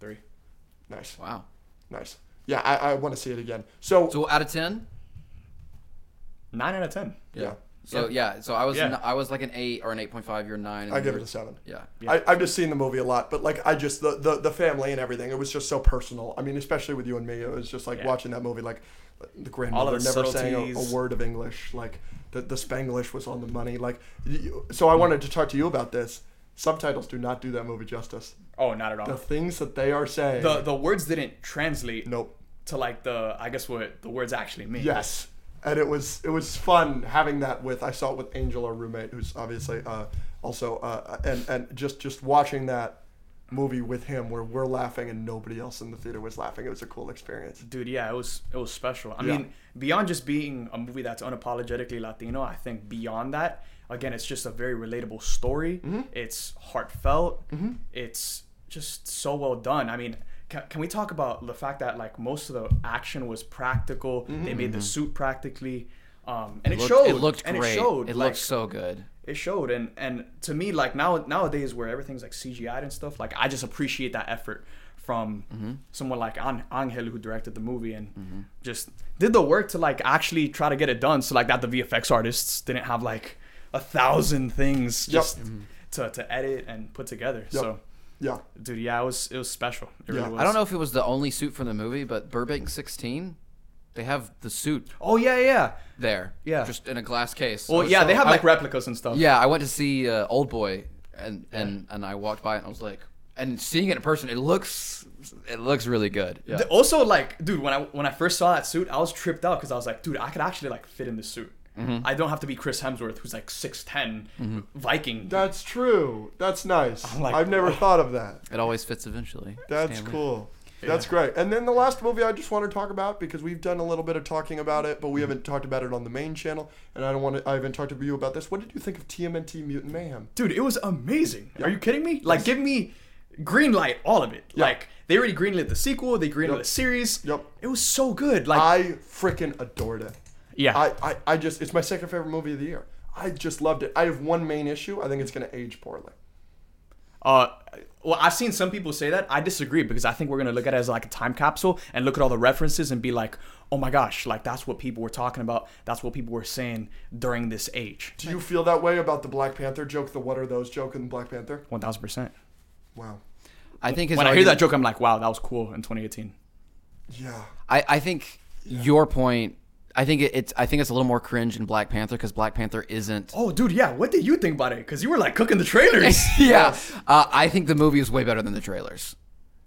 Three. Nice, Wow. nice. Yeah, I, I want to see it again. So, So out of ten, Nine out of ten. yeah. So yeah, so I was Yeah. n- I was like an eight or an eight point five. You're a nine. and I then give it you're- a seven. Yeah. I, I've just seen the movie a lot, but like I just the, the the family and everything. It was just so personal. I mean, especially with you and me, it was just like Yeah. watching that movie. Like the grandmother the never sang a, a subtleties. word of English. Like the the Spanglish was on the money. Like you, so, I wanted to talk to you about this. Subtitles do not do that movie justice. Oh, not at The all. things that they are saying. The the words didn't translate nope. to like the I guess what the words actually mean. Yes. And it was it was fun having that with I saw it with Angel, our roommate, who's obviously uh, also uh, and and just just watching that movie with him where we're laughing and nobody else in the theater was laughing. It was a cool experience. dude yeah it was it was special i Yeah. mean beyond just being a movie that's unapologetically latino i think beyond that again it's just a very relatable story Mm-hmm. it's heartfelt it's just so well done i mean can, can we talk about the fact that like most of the action was practical they made the suit practically um, and it, looked, showed Mm-hmm. It looked and great. it showed It like, looked so good. it showed and and to me like now nowadays where everything's like CGI and stuff like I just appreciate that effort from Mm-hmm. someone like An- Angel who directed the movie and just did the work to like actually try to get it done so like that the VFX artists didn't have like a thousand things Yep. just Mm-hmm. to, to edit and put together so Yeah. dude yeah it was it was special it Yeah. really was I don't know if it was the only suit from the movie, but Burbank 16, they have the suit oh yeah yeah there. Yeah. Just in a glass case. I well was yeah so- they have I- like replicas and stuff Yeah, I went to see uh, Old Boy, and and and I walked by it and I was like, and seeing it in person, it looks it looks really good. Yeah. Th- Also, like, dude, when I when I first saw that suit, I was tripped out because I was like, dude, I could actually like fit in this suit. I don't have to be Chris Hemsworth, who's like 6'10", Viking. That's true. That's nice. like, I've never thought of that. it always fits eventually. That's Stanley. cool. That's great. And then the last movie I just want to talk about because we've done a little bit of talking about it, but we haven't talked about it on the main channel, and I don't want to. I haven't talked to you about this. What did you think of TMNT Mutant Mayhem? Dude, it was amazing. Are you kidding me? Like, give me green light, all of it. Like, they already greenlit the sequel, they greenlit the series. Yep. It was so good. Like, I freaking adored it. yeah, I, I, I just it's my second favorite movie of the year. I just loved it. I have one main issue. I think it's gonna age poorly. Uh, well, I've seen some people say that. I disagree because I think we're gonna look at it as like a time capsule and look at all the references and be like, oh my gosh, like that's what people were talking about. That's what people were saying during this age. Do you feel that way about the Black Panther joke, the what are those joke in Black Panther? One thousand percent. Wow. I think his When I hear argument- that joke, I'm like, wow, that was cool in 2018. Yeah. I, I think your point. I think it, it's I think it's a little more cringe in Black Panther because Black Panther isn't. Oh, dude, yeah. What did you think about it? Because you were like cooking the trailers. yeah, uh, I think the movie is way better than the trailers.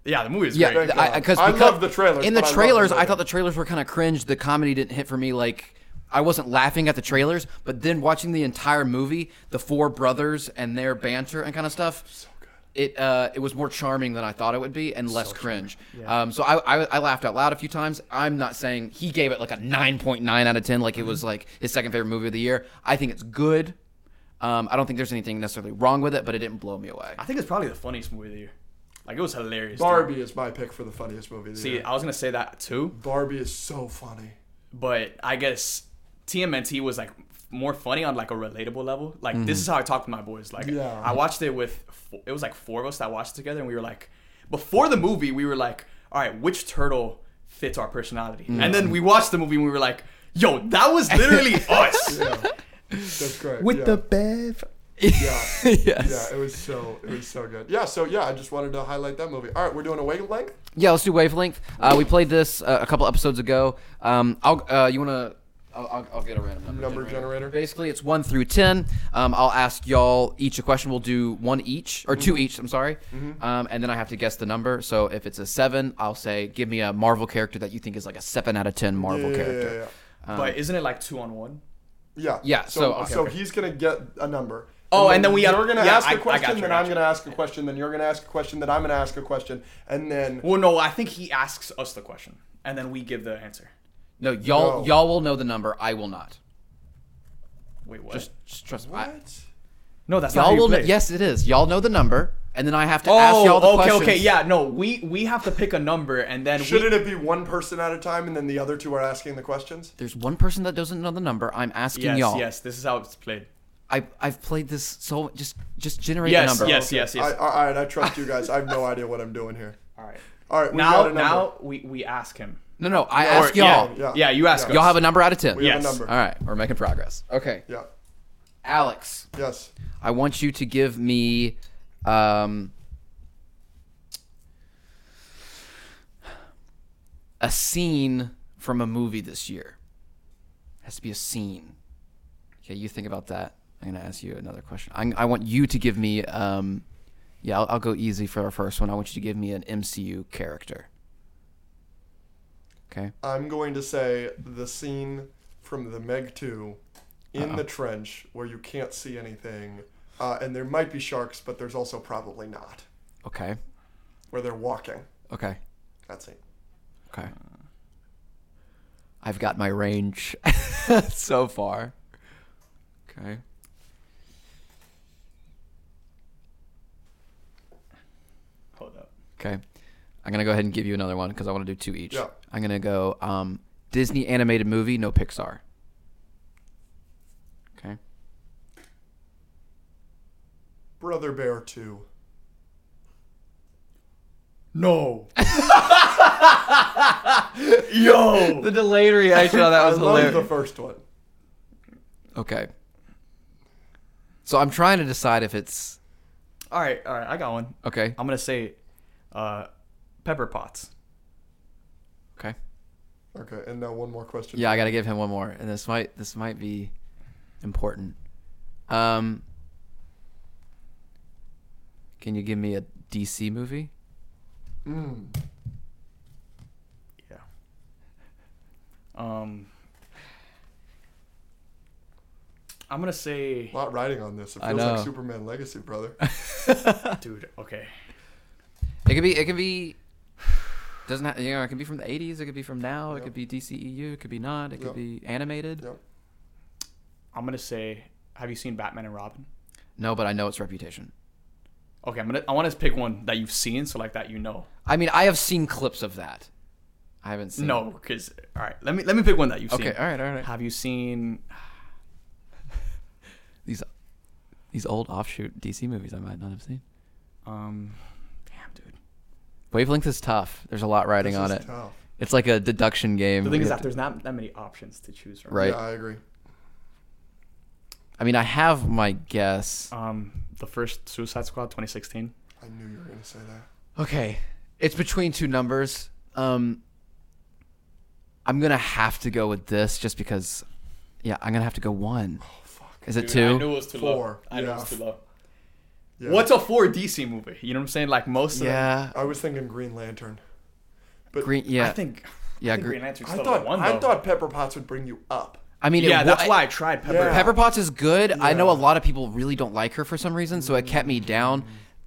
yeah, the movie is Yeah, great. th- I, 'cause- I because love the trailers, In the but I love the trailers, I, movie. thought the trailers were kind of cringe. The comedy didn't hit for me. Like I wasn't laughing at the trailers, but then watching the entire movie, the four brothers and their banter and kind of stuff. It, uh, it was more charming than I thought it would be and less cringe. Um, so I, I, I laughed out loud a few times. I'm not saying he gave it like a 9.9 out of 10, like it Mm-hmm. was like his second favorite movie of the year. I think it's good. Um, I don't think there's anything necessarily wrong with it, but it didn't blow me away. I think it's probably the funniest movie of the year. Like it was hilarious. dude. Barbie is my pick for the funniest movie of the See, year. I was gonna say that too. Barbie is so funny. but I guess TMNT was like more funny on like a relatable level. Like Mm-hmm. this is how I talk to my boys. Like Yeah. I watched it with fo- it was like four of us that watched it together, and we were like, before the movie, we were like, all right, which turtle fits our personality? Mm-hmm. And then we watched the movie, and we were like, yo, that was literally us. That's great. With yeah. the bev, yeah. yes. yeah, it was so it was so good. Yeah, so yeah, I just wanted to highlight that movie. All right, we're doing a wavelength. Yeah, let's do wavelength. Uh, we played this uh, a couple episodes ago. Um, I'll uh, you wanna. I'll, I'll, I'll get a random number, Number generator. Basically, it's one through ten. Um, I'll ask y'all each a question. We'll do one each or Mm-hmm. two each. I'm sorry, um, and then I have to guess the number. So if it's a seven, I'll say, "Give me a Marvel character that you think is like a seven out of ten Marvel Yeah, yeah, character." yeah, yeah. Um, but isn't it like two on one? Yeah. Yeah, So so- okay, so okay. he's gonna get a number. Oh, and then we you're have- gonna yeah, ask I- I a got question, you, then I got I'm you. gonna ask a question, then you're gonna ask a question, then I'm gonna ask a question, and then Well, no, I think he asks us the question, and then we give the answer. No, y'all No. y'all will know the number. I will not. Wait, what? Just, just trust me. I- no, that's not how y'all you will. play. Know, yes, it is. Y'all know the number, and then I have to ask Oh, y'all the okay, questions. okay, yeah. No, we we have to pick a number, and then we, shouldn't it be one person at a time, and then the other two are asking the questions? There's one person that doesn't know the number. I'm asking Yes, y'all. yes, this is how it's played. I I've played this so just just generate a Yes, number. yes, yes, I, yes. all right, I trust you guys. I have no idea what I'm doing here. All right. All right, we got Now, a number. now we, we ask him. No, no, I Or- ask y'all. Yeah. Yeah, yeah, you ask Yeah. us. Y'all have a number out of ten. we have yes. a number. All right, we're making progress. Okay. Yeah. Alex, Yes. I want you to give me um, a scene from a movie this year. has to be a scene. Okay, you think about that. I'm gonna ask you another question. i I want you to give me. Um, yeah, I'll, I'll go easy for our first one. I want you to give me an MCU character. Okay. I'm going to say the scene from the Meg 2 in the trench where you can't see anything, uh, and there might be sharks, but there's also probably not, Okay. where they're walking. Okay. That's it. Okay. Uh, I've got my range so far. Okay. Hold up. Okay. I'm gonna go ahead and give you another one because I want to do two each. Yeah. I'm gonna go um, Disney animated movie, no Pixar. Okay. Brother Bear 2. No. Yo. The delayed reaction on that I was love hilarious. the first one. okay. So I'm trying to decide if it's All right, all right. I got one. okay. I'm gonna say, uh, Pepper Potts. Okay. Okay, and now one more question. Yeah, I gotta give him one more, and this might this might be important. Um, can you give me a DC movie? Mm. Yeah. Um. I'm gonna say, A lot riding on this. It I feels like know. Superman Legacy, brother. dude. Okay. It could be. It could be. Doesn't have, you know? It could be from the '80s. It could be from now. It could be DCEU. It could be not. It could Yep. be animated. Yep. I'm gonna say, have you seen Batman and Robin? No, but I know its reputation. Okay, I'm gonna. I want to pick one that you've seen, so like that you know. I mean, I have seen clips of that. I haven't seen. No, because all right. Let me let me pick one that you've seen. Okay. All right. All right. Have you seen? These these old offshoot DC movies I might not have seen. Um, damn, dude. Wavelength is tough. There's a lot riding This on is it. tough. It's like a deduction game. The thing We is have to- that there's not that many options to choose from. Right. Yeah, I agree. I mean, I have my guess. Um, the first Suicide Squad, 2016. I knew you were going to say that. Okay, it's between two numbers. Um, I'm gonna have to go with this just because. Yeah, I'm gonna have to go one. Oh, Is it two? it was too low. Four, I knew it was yeah. too low. Yeah. What's a four DC movie? You know what I'm saying? Like most of them. yeah, I was thinking Green Lantern. But green. Yeah, I think. yeah. I think gre- Green Lantern's I still thought, the one. I though. thought Pepper Potts would bring you up. I mean, it Yeah, wa- that's why I tried Pepper. Yeah. Pepper Potts is good. I know a Yeah. lot of people really don't like her for some reason, so it kept me down.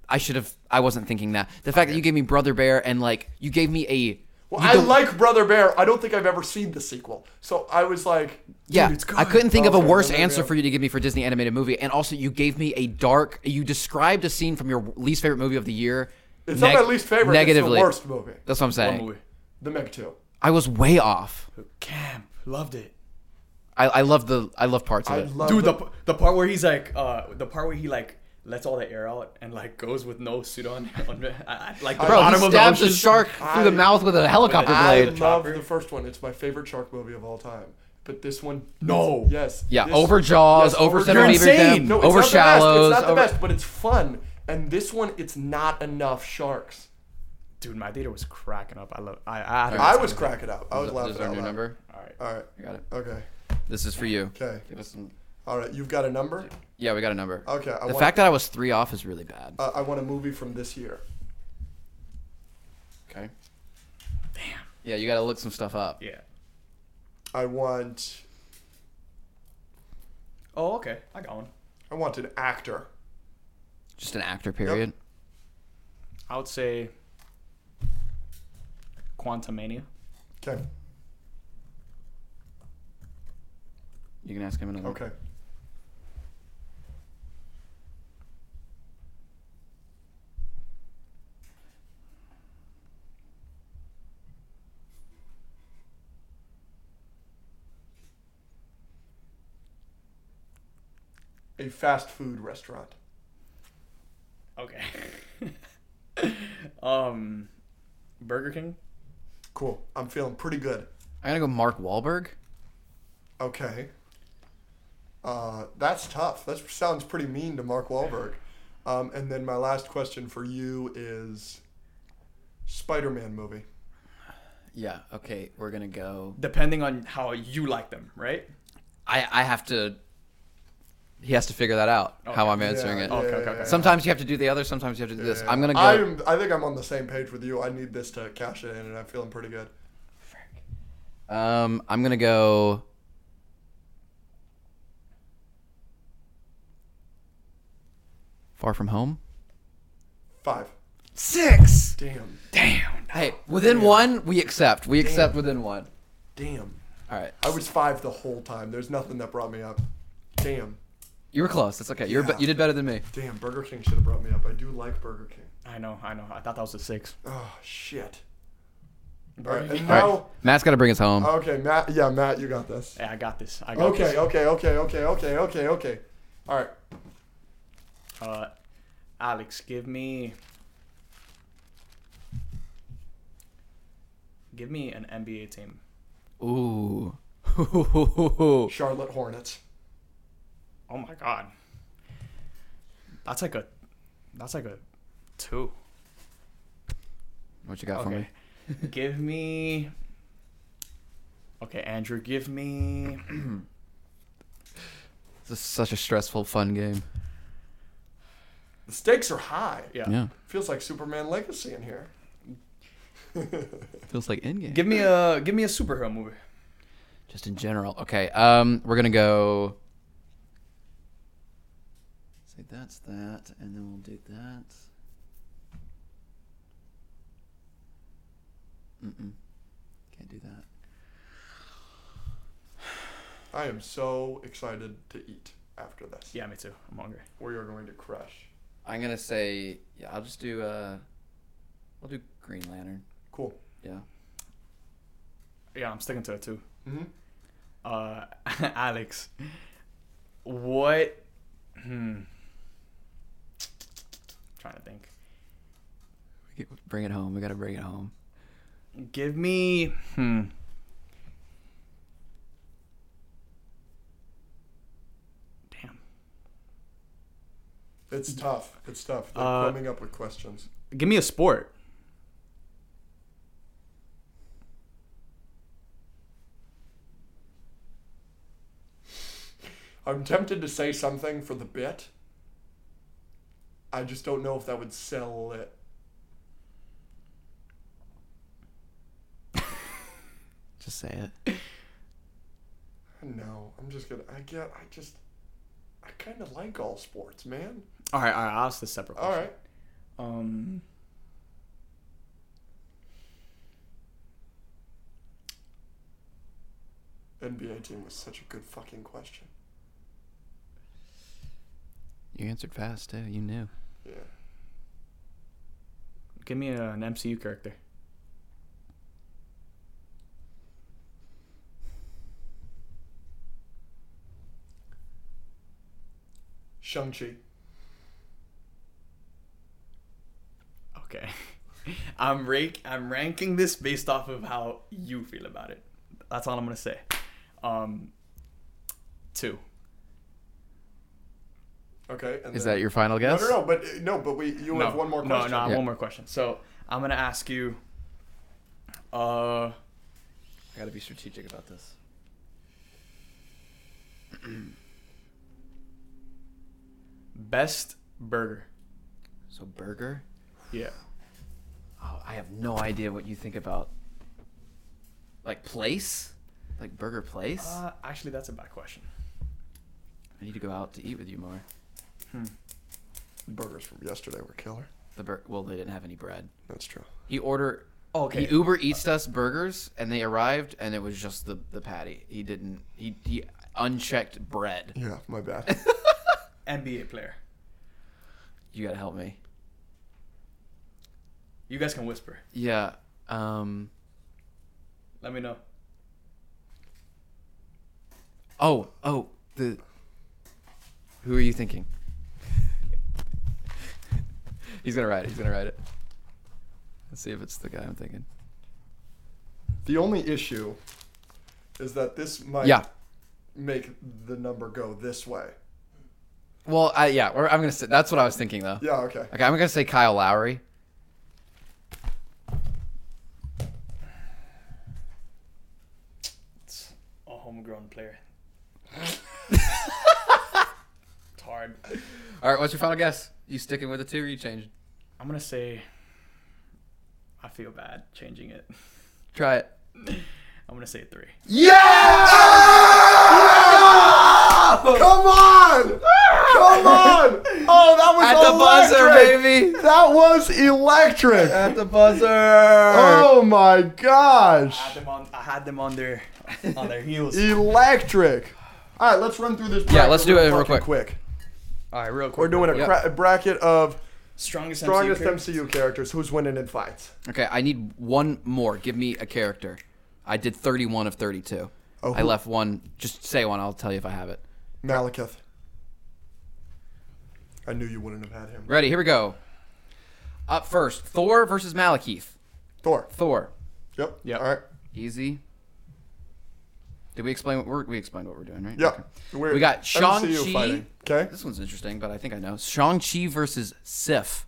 I should have. I wasn't thinking that. The fact that you gave me Brother Bear and like you gave me a. Well, you I don't- like Brother Bear. I don't think I've ever seen the sequel. So I was like, Yeah, dude, it's good. I couldn't think of a Okay, worse then maybe answer I'm- for you to give me for Disney animated movie, and also you gave me a dark. You described a scene from your least favorite movie of the year. It's neg- not my least favorite. Negatively, It's the worst movie. that's what I'm One saying. movie. The Meg 2. I was way off. Camp loved it. I, I love the I love parts of I it. love Dude, the, the, the part where he's like, uh, the part where he like lets all the air out and like goes with no suit on, on I- I- like the Bro, he bottom of the stabs a ocean. shark through the I- mouth with a helicopter I blade. the love chopper. the first one. It's my favorite shark movie of all time. But this one, No. yes, Yeah, this- over Jaws, yes, over over- Seven You're Meter Dam, insane. No, it's over not Shallows. The best. It's not over- the best, but it's fun. And this one, it's not enough sharks. Dude, my theater was cracking up. I love. I I, had a I good was time. cracking up. I was laughing This is our out new loud. number. All right. All right. I got it. Okay. This is for you. Okay. Give us some. All right. You've got a number. Yeah, we got a number. Okay. I the want, fact that I was three off is really bad. uh, I want a movie from this year. Okay. Damn. Yeah, you got to look some stuff up. Yeah. I want. Oh, okay. I got one. I want an actor. Just an actor period. I would say Quantumania. Okay. You can ask him another. Okay. A fast food restaurant. Okay. um, Burger King. Cool. I'm feeling pretty good. I'm gonna go Mark Wahlberg. Okay. Uh, that's tough. That sounds pretty mean to Mark Wahlberg. Um, and then my last question for you is Spider-Man movie. Yeah. Okay. We're gonna go. Depending on how you like them, right? I I have to. He has to figure that out how Okay. I'm answering Yeah, it. yeah, Okay, okay, okay. yeah, Sometimes you have to do the other. Sometimes you have to do yeah, this. yeah. I'm gonna go. I'm, I think I'm on the same page with you. I need this to cash it in, and I'm feeling pretty good. Um, I'm gonna go. Far from home. Five. Six. Damn. Damn. Hey, within one, we accept. We accept within one. Damn. All right, I was five the whole time. There's nothing that brought me up. Damn. you were close. That's okay. You're Yeah. you did better than me. Damn. Burger King should have brought me up. I do like Burger King. I know, I know. I thought that was a six. Oh shit. All Burger right. And King. All now, right, Matt's gotta bring us home. okay, Matt. Yeah, Matt, you got this. Yeah, I got this. I got Okay. this. Okay. Okay. Okay. Okay. Okay. Okay. All right. Uh, Alex, give me. Give me an NBA team. Ooh. Charlotte Hornets. Oh my god. That's like a. That's like a two. what you got for Okay. me? give me. Okay, Andrew, give me. This is such a stressful, fun game. The stakes are high. Yeah. Yeah. Feels like Superman Legacy in here. Feels like in game. Give me a give me a superhero movie. Just in general. Okay. Um, we're gonna go. Say that's that, and then we'll do that. Mm-mm. Can't do that. I am so excited to eat after this. Yeah, me too. I'm hungry. We are going to crush. I'm gonna say. Yeah, I'll just do. Uh, I'll do Green Lantern. Cool. Yeah. Yeah, I'm sticking to it too. Mhm. Uh, Alex, what? Hmm. Trying to think. We get, bring it home. We gotta bring it home. Give me. Hmm. Damn. It's tough. It's tough. They're Uh, coming up with questions. Give me a sport. I'm tempted to say something for the bit. I just don't know if that would sell it. Just say it. No, I'm just gonna. I get. I just. I kind of like all sports, man. All right, all right. I'll ask this separate. All Question. right. Um. NBA team was such a good fucking question. You answered fast too. You knew. Yeah. Give me a- an MCU character. Shang Chi. Okay. I'm rank I'm ranking this based off of how you feel about it. That's all I'm gonna say. Um two. Okay. And Is then- that your final guess? No, no, no. But uh, no, but we. You have one more no, question. no, Yeah. one more question. So I'm gonna ask you uh I gotta be strategic about this. best burger. So burger. Yeah. Oh, I have no idea what you think about like place, like burger place. Uh, actually that's a bad question. I need to go out to eat with you more. Burgers from yesterday were killer. The bur- well, they didn't have any bread. That's true. He order. Okay. He Uber eats us burgers, and they arrived, and it was just the the patty. He didn't. He he unchecked bread. Yeah, my bad. NBA player. You gotta help me. You guys can whisper. Yeah. Um. Let me know. Oh. Oh. The. Who are you thinking? He's gonna write it. He's gonna write it. Let's see if it's the guy I'm thinking. the only issue is that this might. Yeah. make the number go this way. Well, I, yeah, or I'm gonna say that's what I was thinking though. Yeah, okay. Okay, I'm gonna say Kyle Lowry. It's a homegrown player. it's hard. All right, what's your final guess? You sticking with the two? or You changing? I'm gonna say. I feel bad changing it. Try it. I'm gonna say three. Come on! Come on! Oh, that was At the buzzer, electric! baby. That was electric! At the buzzer. Oh my I gosh! had them on. I had them on their on their heels. Electric! All right, let's run through this. bracket let's do it real fucking quick. Quick. All right, real quick. We're doing a Yep. cra- bracket of strongest strongest MCU character. MCU characters. Who's winning in fights? Okay, I need one more. Give me a character. I did 31 of 32. Oh, I who- left one. Just say one. I'll tell you if I have it. Malekith. I knew you wouldn't have had him. Ready? Here we go. Up first, Thor versus Malekith. Thor. Thor. Yep. Yep. All right. Easy. Did we explain what we're, we explained what we're doing, right? Yep. We're We got MCU Shang-Chi. fighting. Okay. This one's interesting, but I think I know. Shang-Chi versus Sif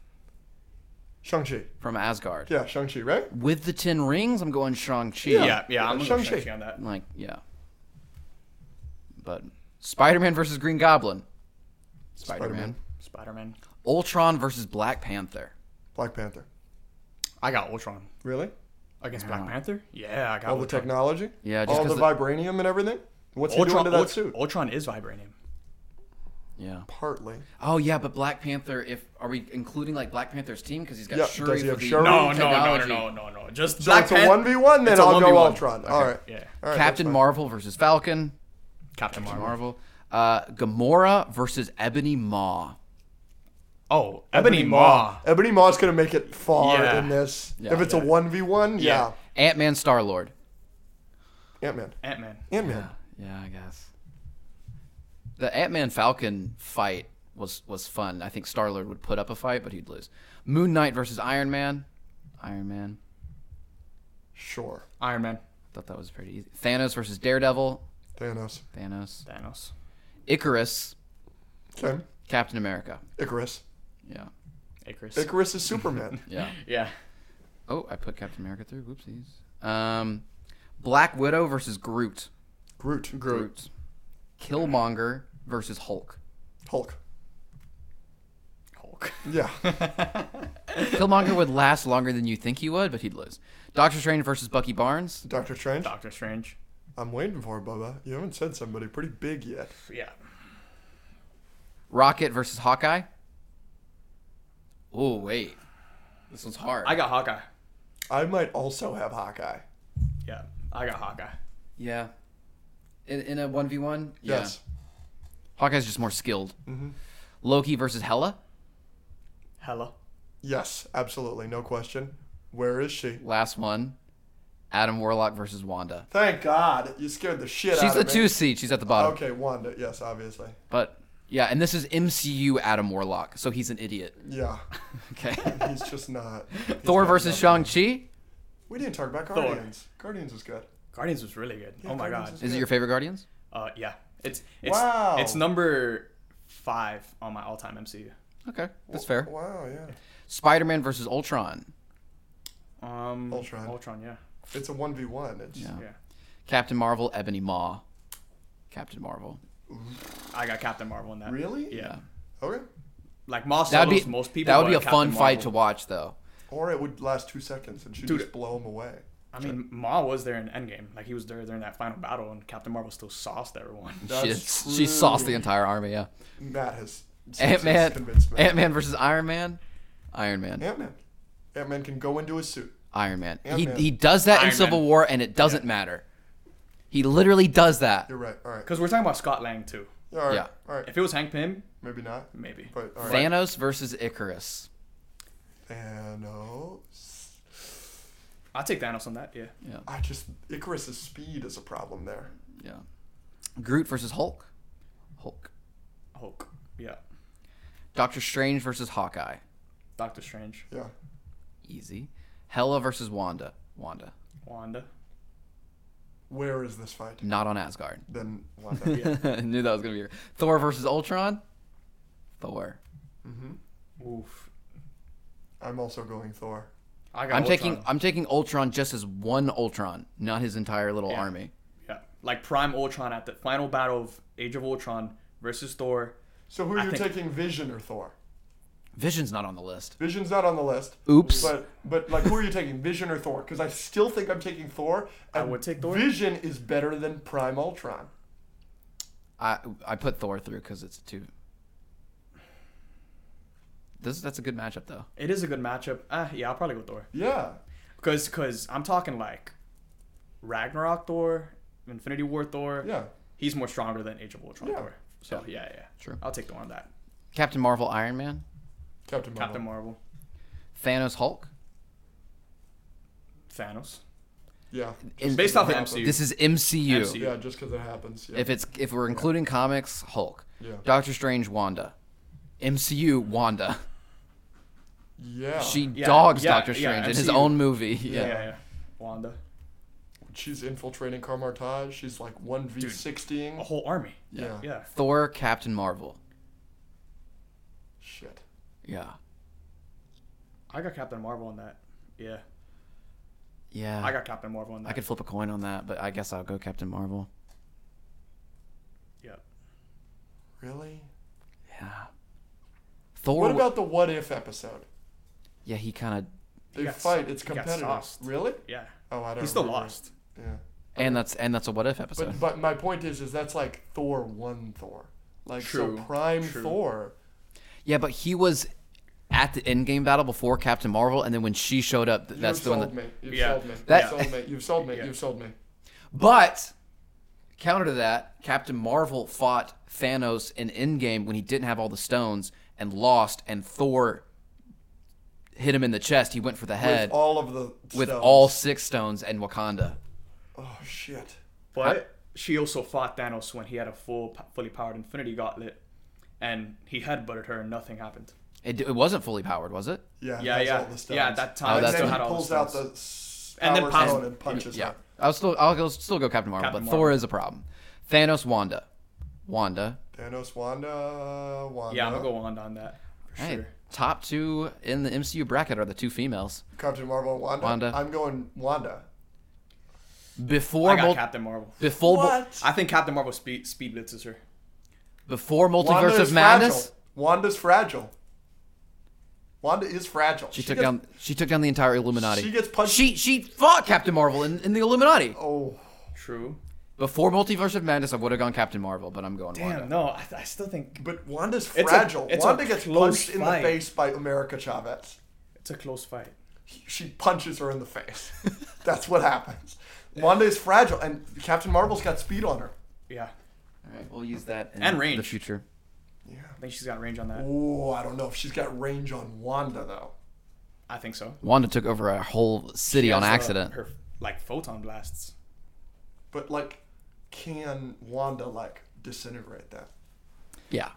Shang-Chi. from Asgard. Yeah, Shang-Chi, right? With the Ten Rings, I'm going Shang-Chi. Yeah, yeah. I'm gonna Shang-Chi. Shang-Chi on that. Like, yeah. But Spider-Man versus Green Goblin. Spider-Man. Spider-Man. Spider-Man. Ultron versus Black Panther. Black Panther. I got Ultron Really? against Black Panther. Yeah, I got All the Ultron. technology? Yeah, just All 'cause the, the- vibranium and everything? What's he doing to that Ult- suit? Ultron is vibranium. Yeah. Partly. Oh yeah, but Black Panther. If are we including like Black Panther's team because he's got Yeah, Shuri does he for have the Shuri? No, no, no, no, technology. no, no, no. Just So Black it's a Panther. 1v1, then It's a I'll go 1v1. Ultron. All right. Yeah. All right, Captain that's fine. Marvel versus Falcon. Captain Marvel. Marvel. Uh, Gamora versus Ebony Maw. Oh, Ebony, Maw. Ebony Maw's going to make it far Yeah. in this. Yeah. if it's a Yeah. 1v1, yeah. Yeah. Ant Man, Star Lord. Ant-Man. Ant-Man. Ant-Man. Yeah, I guess. The Ant Man Falcon fight was was fun. I think Star Lord would put up a fight, but he'd lose. Moon Knight versus Iron Man. Iron Man. Sure. Iron Man. Thought that was pretty easy. Thanos versus Daredevil. Thanos. Thanos. Thanos. Icarus. Okay. Captain America. Icarus. Yeah. Icarus. Icarus is Superman. Yeah. yeah. Oh, I put Captain America through. Whoopsies. Um, Black Widow versus Groot. Groot. Groot. Killmonger versus Hulk. Hulk. Hulk. Yeah. Killmonger would last longer than you think he would, but he'd lose. Doctor Strange versus Bucky Barnes. Doctor Strange. Doctor Strange. I'm waiting for it, Bubba. You haven't said somebody pretty big yet. Yeah. Rocket versus Hawkeye. Oh wait, this one's hard. I got Hawkeye. I might also have Hawkeye. Yeah. I got Hawkeye. yeah. In, in a one v one. Yes. Mm-hmm. Hawkeye's just more skilled. Loki versus Hela. Hella. Yes, absolutely. No question. Where is she? Last one. Adam Warlock versus Wanda. Thank God. You scared the shit She's out the of me. two seed. She's at the bottom. Okay, Wanda. Yes, obviously. But yeah, and this is MCU Adam Warlock, so he's an idiot. Yeah. Okay. He's just not. he's Thor not versus nothing. Shang Chi. We didn't talk about Guardians. Guardians is good. Guardians was really good. oh my Guardians god. is- Is it your favorite Guardians? Uh, yeah. It's it's Wow. it's number five on my all-time MCU. Okay, that's fair. Wow, yeah. Spider Man versus Ultron. Um, Ultron. Ultron. Yeah. It's a 1v1. It's Yeah. Yeah. Captain Marvel, Ebony Maw. Captain Marvel. I got Captain Marvel in that. Really? Yeah. Okay. Like Moss That'd solos be most people. That would be a but fun Captain fight to Marvel- watch, though. Or it would last two seconds and she'd Dude. just blow him away. I mean, Ma was there in Endgame. Like he was there during that final battle, and Captain Marvel still sauced everyone. That's She true. she sauced the entire army. Yeah. Matt has Ant Man. convinced me. Ant Man versus Iron Man. Iron Man. Ant Man. Ant Man can go into his suit. Iron Man. He, Ant-Man. he does that in Iron Civil Man. War, and it doesn't matter. He literally does that. You're right. All right. Because we're talking about Scott Lang too. All right. Yeah. All right. If it was Hank Pym, Maybe not. maybe. But all right. Thanos versus Icarus. Thanos. I'd take Thanos on that. Yeah. I just Icarus's speed is a problem there. Yeah. Groot versus Hulk. Hulk. Hulk. Yeah. Doctor Strange versus Hawkeye. Doctor Strange. Yeah. Easy. Hela versus Wanda. Wanda. Wanda. Where is this fight? Not on Asgard. Then why not? Knew that was gonna be here. Thor versus Ultron. Thor. Oof. I'm also going Thor. I got I'm Ultron. taking I'm taking Ultron just as one Ultron, not his entire little army. Yeah, like Prime Ultron at the final battle of Age of Ultron versus Thor. So who are I you think- taking, Vision or Thor? Vision's not on the list. Vision's not on the list. Oops. But but like who are you taking, Vision or Thor? Because I still think I'm taking Thor. And would take Thor. Vision is better than Prime Ultron. I I put Thor through because it's two. This that's a good matchup though. It is a good matchup. Ah, yeah, I'll probably go Thor. Yeah. Cause, cause I'm talking like Ragnarok Thor, Infinity War Thor. Yeah. He's more stronger than Age of Ultron Yeah. Thor. So yeah, yeah, Sure. I'll take Thor on that. Captain Marvel, Iron Man, Captain Marvel. Captain Marvel, Thanos, Hulk. Thanos. Yeah. In- Based off of Marvel. MCU. this is MCU. MCU. Yeah, just because it happens. Yeah. If it's if we're including comics, Hulk. Yeah. Doctor Strange, Wanda. MCU, Wanda. yeah. She Oh, Yeah, dogs yeah, Doctor yeah, Strange in his MCU. own movie. Yeah. yeah, yeah, yeah. Wanda, she's infiltrating Carmartage. She's like one v sixteen. a whole army. Yeah. Yeah, Thor, Captain Marvel. Shit. Yeah. I got Captain Marvel on that. Yeah, Yeah. I got Captain Marvel on that. I could flip a coin on that, but I guess I'll go Captain Marvel. Yeah. Really? Yeah. Thor. What w- about the what if episode? Yeah, he kind of. They got fight. It's he got competitive. sauced. Really? Yeah. Oh, I don't. He still remember. lost. Yeah. And that's and that's a what if episode. But but my point is is that's like Thor one Thor. Like so True, prime true. Thor. yeah, but he was at the end game battle before Captain Marvel, and then when she showed up, th- that's You've the one. sold That, me. You've Yeah. sold me. That- You've sold me. You've sold me. Yeah. You've sold me. but counter to that, Captain Marvel fought Thanos in Endgame when he didn't have all the stones and lost, and Thor hit him in the chest. He went for the head With all of the with stones. all six stones and Wakanda. Oh shit. But she also fought Thanos when he had a full, p- fully powered Infinity Gauntlet, and he headbutted her, and nothing happened. It, it wasn't fully powered, was it? Yeah. Yeah, that's yeah. All the stones. Yeah, at that time, Oh, And that's then what- he had all the pulls out stones. the s- And then power pos- stone and punches Yeah, her. I'll still I'll go, still go Captain Marvel, Captain but Marvel. Thor is a problem. Thanos, Wanda, Wanda. Thanos, Wanda, Wanda. Yeah, I'm gonna go on on that for Hey, sure. top two in the MCU bracket are the two females. Captain Marvel, Wanda. Wanda. I'm going Wanda. Before I got mul- Captain Marvel. before mul- I think Captain Marvel speed speed blitzes her. before Wanda Multiverse is of Madness, fragile. Wanda's fragile. Wanda is fragile. she, took gets- down she took down the entire Illuminati. She gets punched. She she fought Captain Marvel in, in the Illuminati. Oh, True. Before Multiverse of Madness, I would have gone Captain Marvel, but I'm going Damn, Wanda. no, I, I still think but Wanda's a- fragile. it's a Wanda gets close punched in the fight. face by America Chavez. it's a close fight. She punches her in the face. That's what happens. Wanda is fragile, and Captain Marvel's got speed on her. Yeah, All right, we'll use that in And the range. future. I think she's got range on that. Oh, I don't know if she's got range on Wanda though. I think so. Wanda took over a whole city on She has, uh, accident. her like photon blasts. But like, can Wanda like disintegrate that? yeah.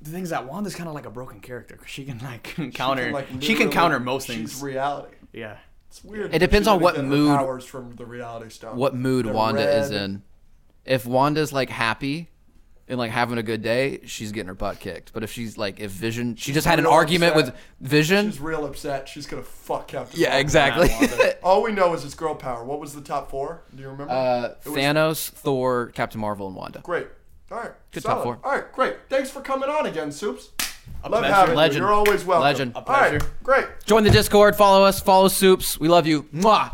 The thing is that Wanda's kind of like a broken character. 'cause She can like She counter. She can, like, literally- counter most She's things. reality. yeah. It's weird. It depends She on didn't what get her mood- Powers from the reality stone. what mood They're Wanda is red. in. If Wanda's like happy and like having a good day, she's getting her butt kicked. But if she's like, if Vision, she just had an real argument upset. with Vision. She's real upset. She's gonna fuck Captain. yeah, Marvel. exactly. All we know is it's girl power. What was the top four? Do you remember? uh, It was- Thanos, Thor, Captain Marvel, and Wanda. Great. All right. Good solid. top four. All right. Great. Thanks for coming on again, Soups. A Love pleasure. having Legend. you. You're always welcome. Legend. A All right. pleasure. Great. Join the Discord. Follow us. Follow Soups. We love you. Mwah.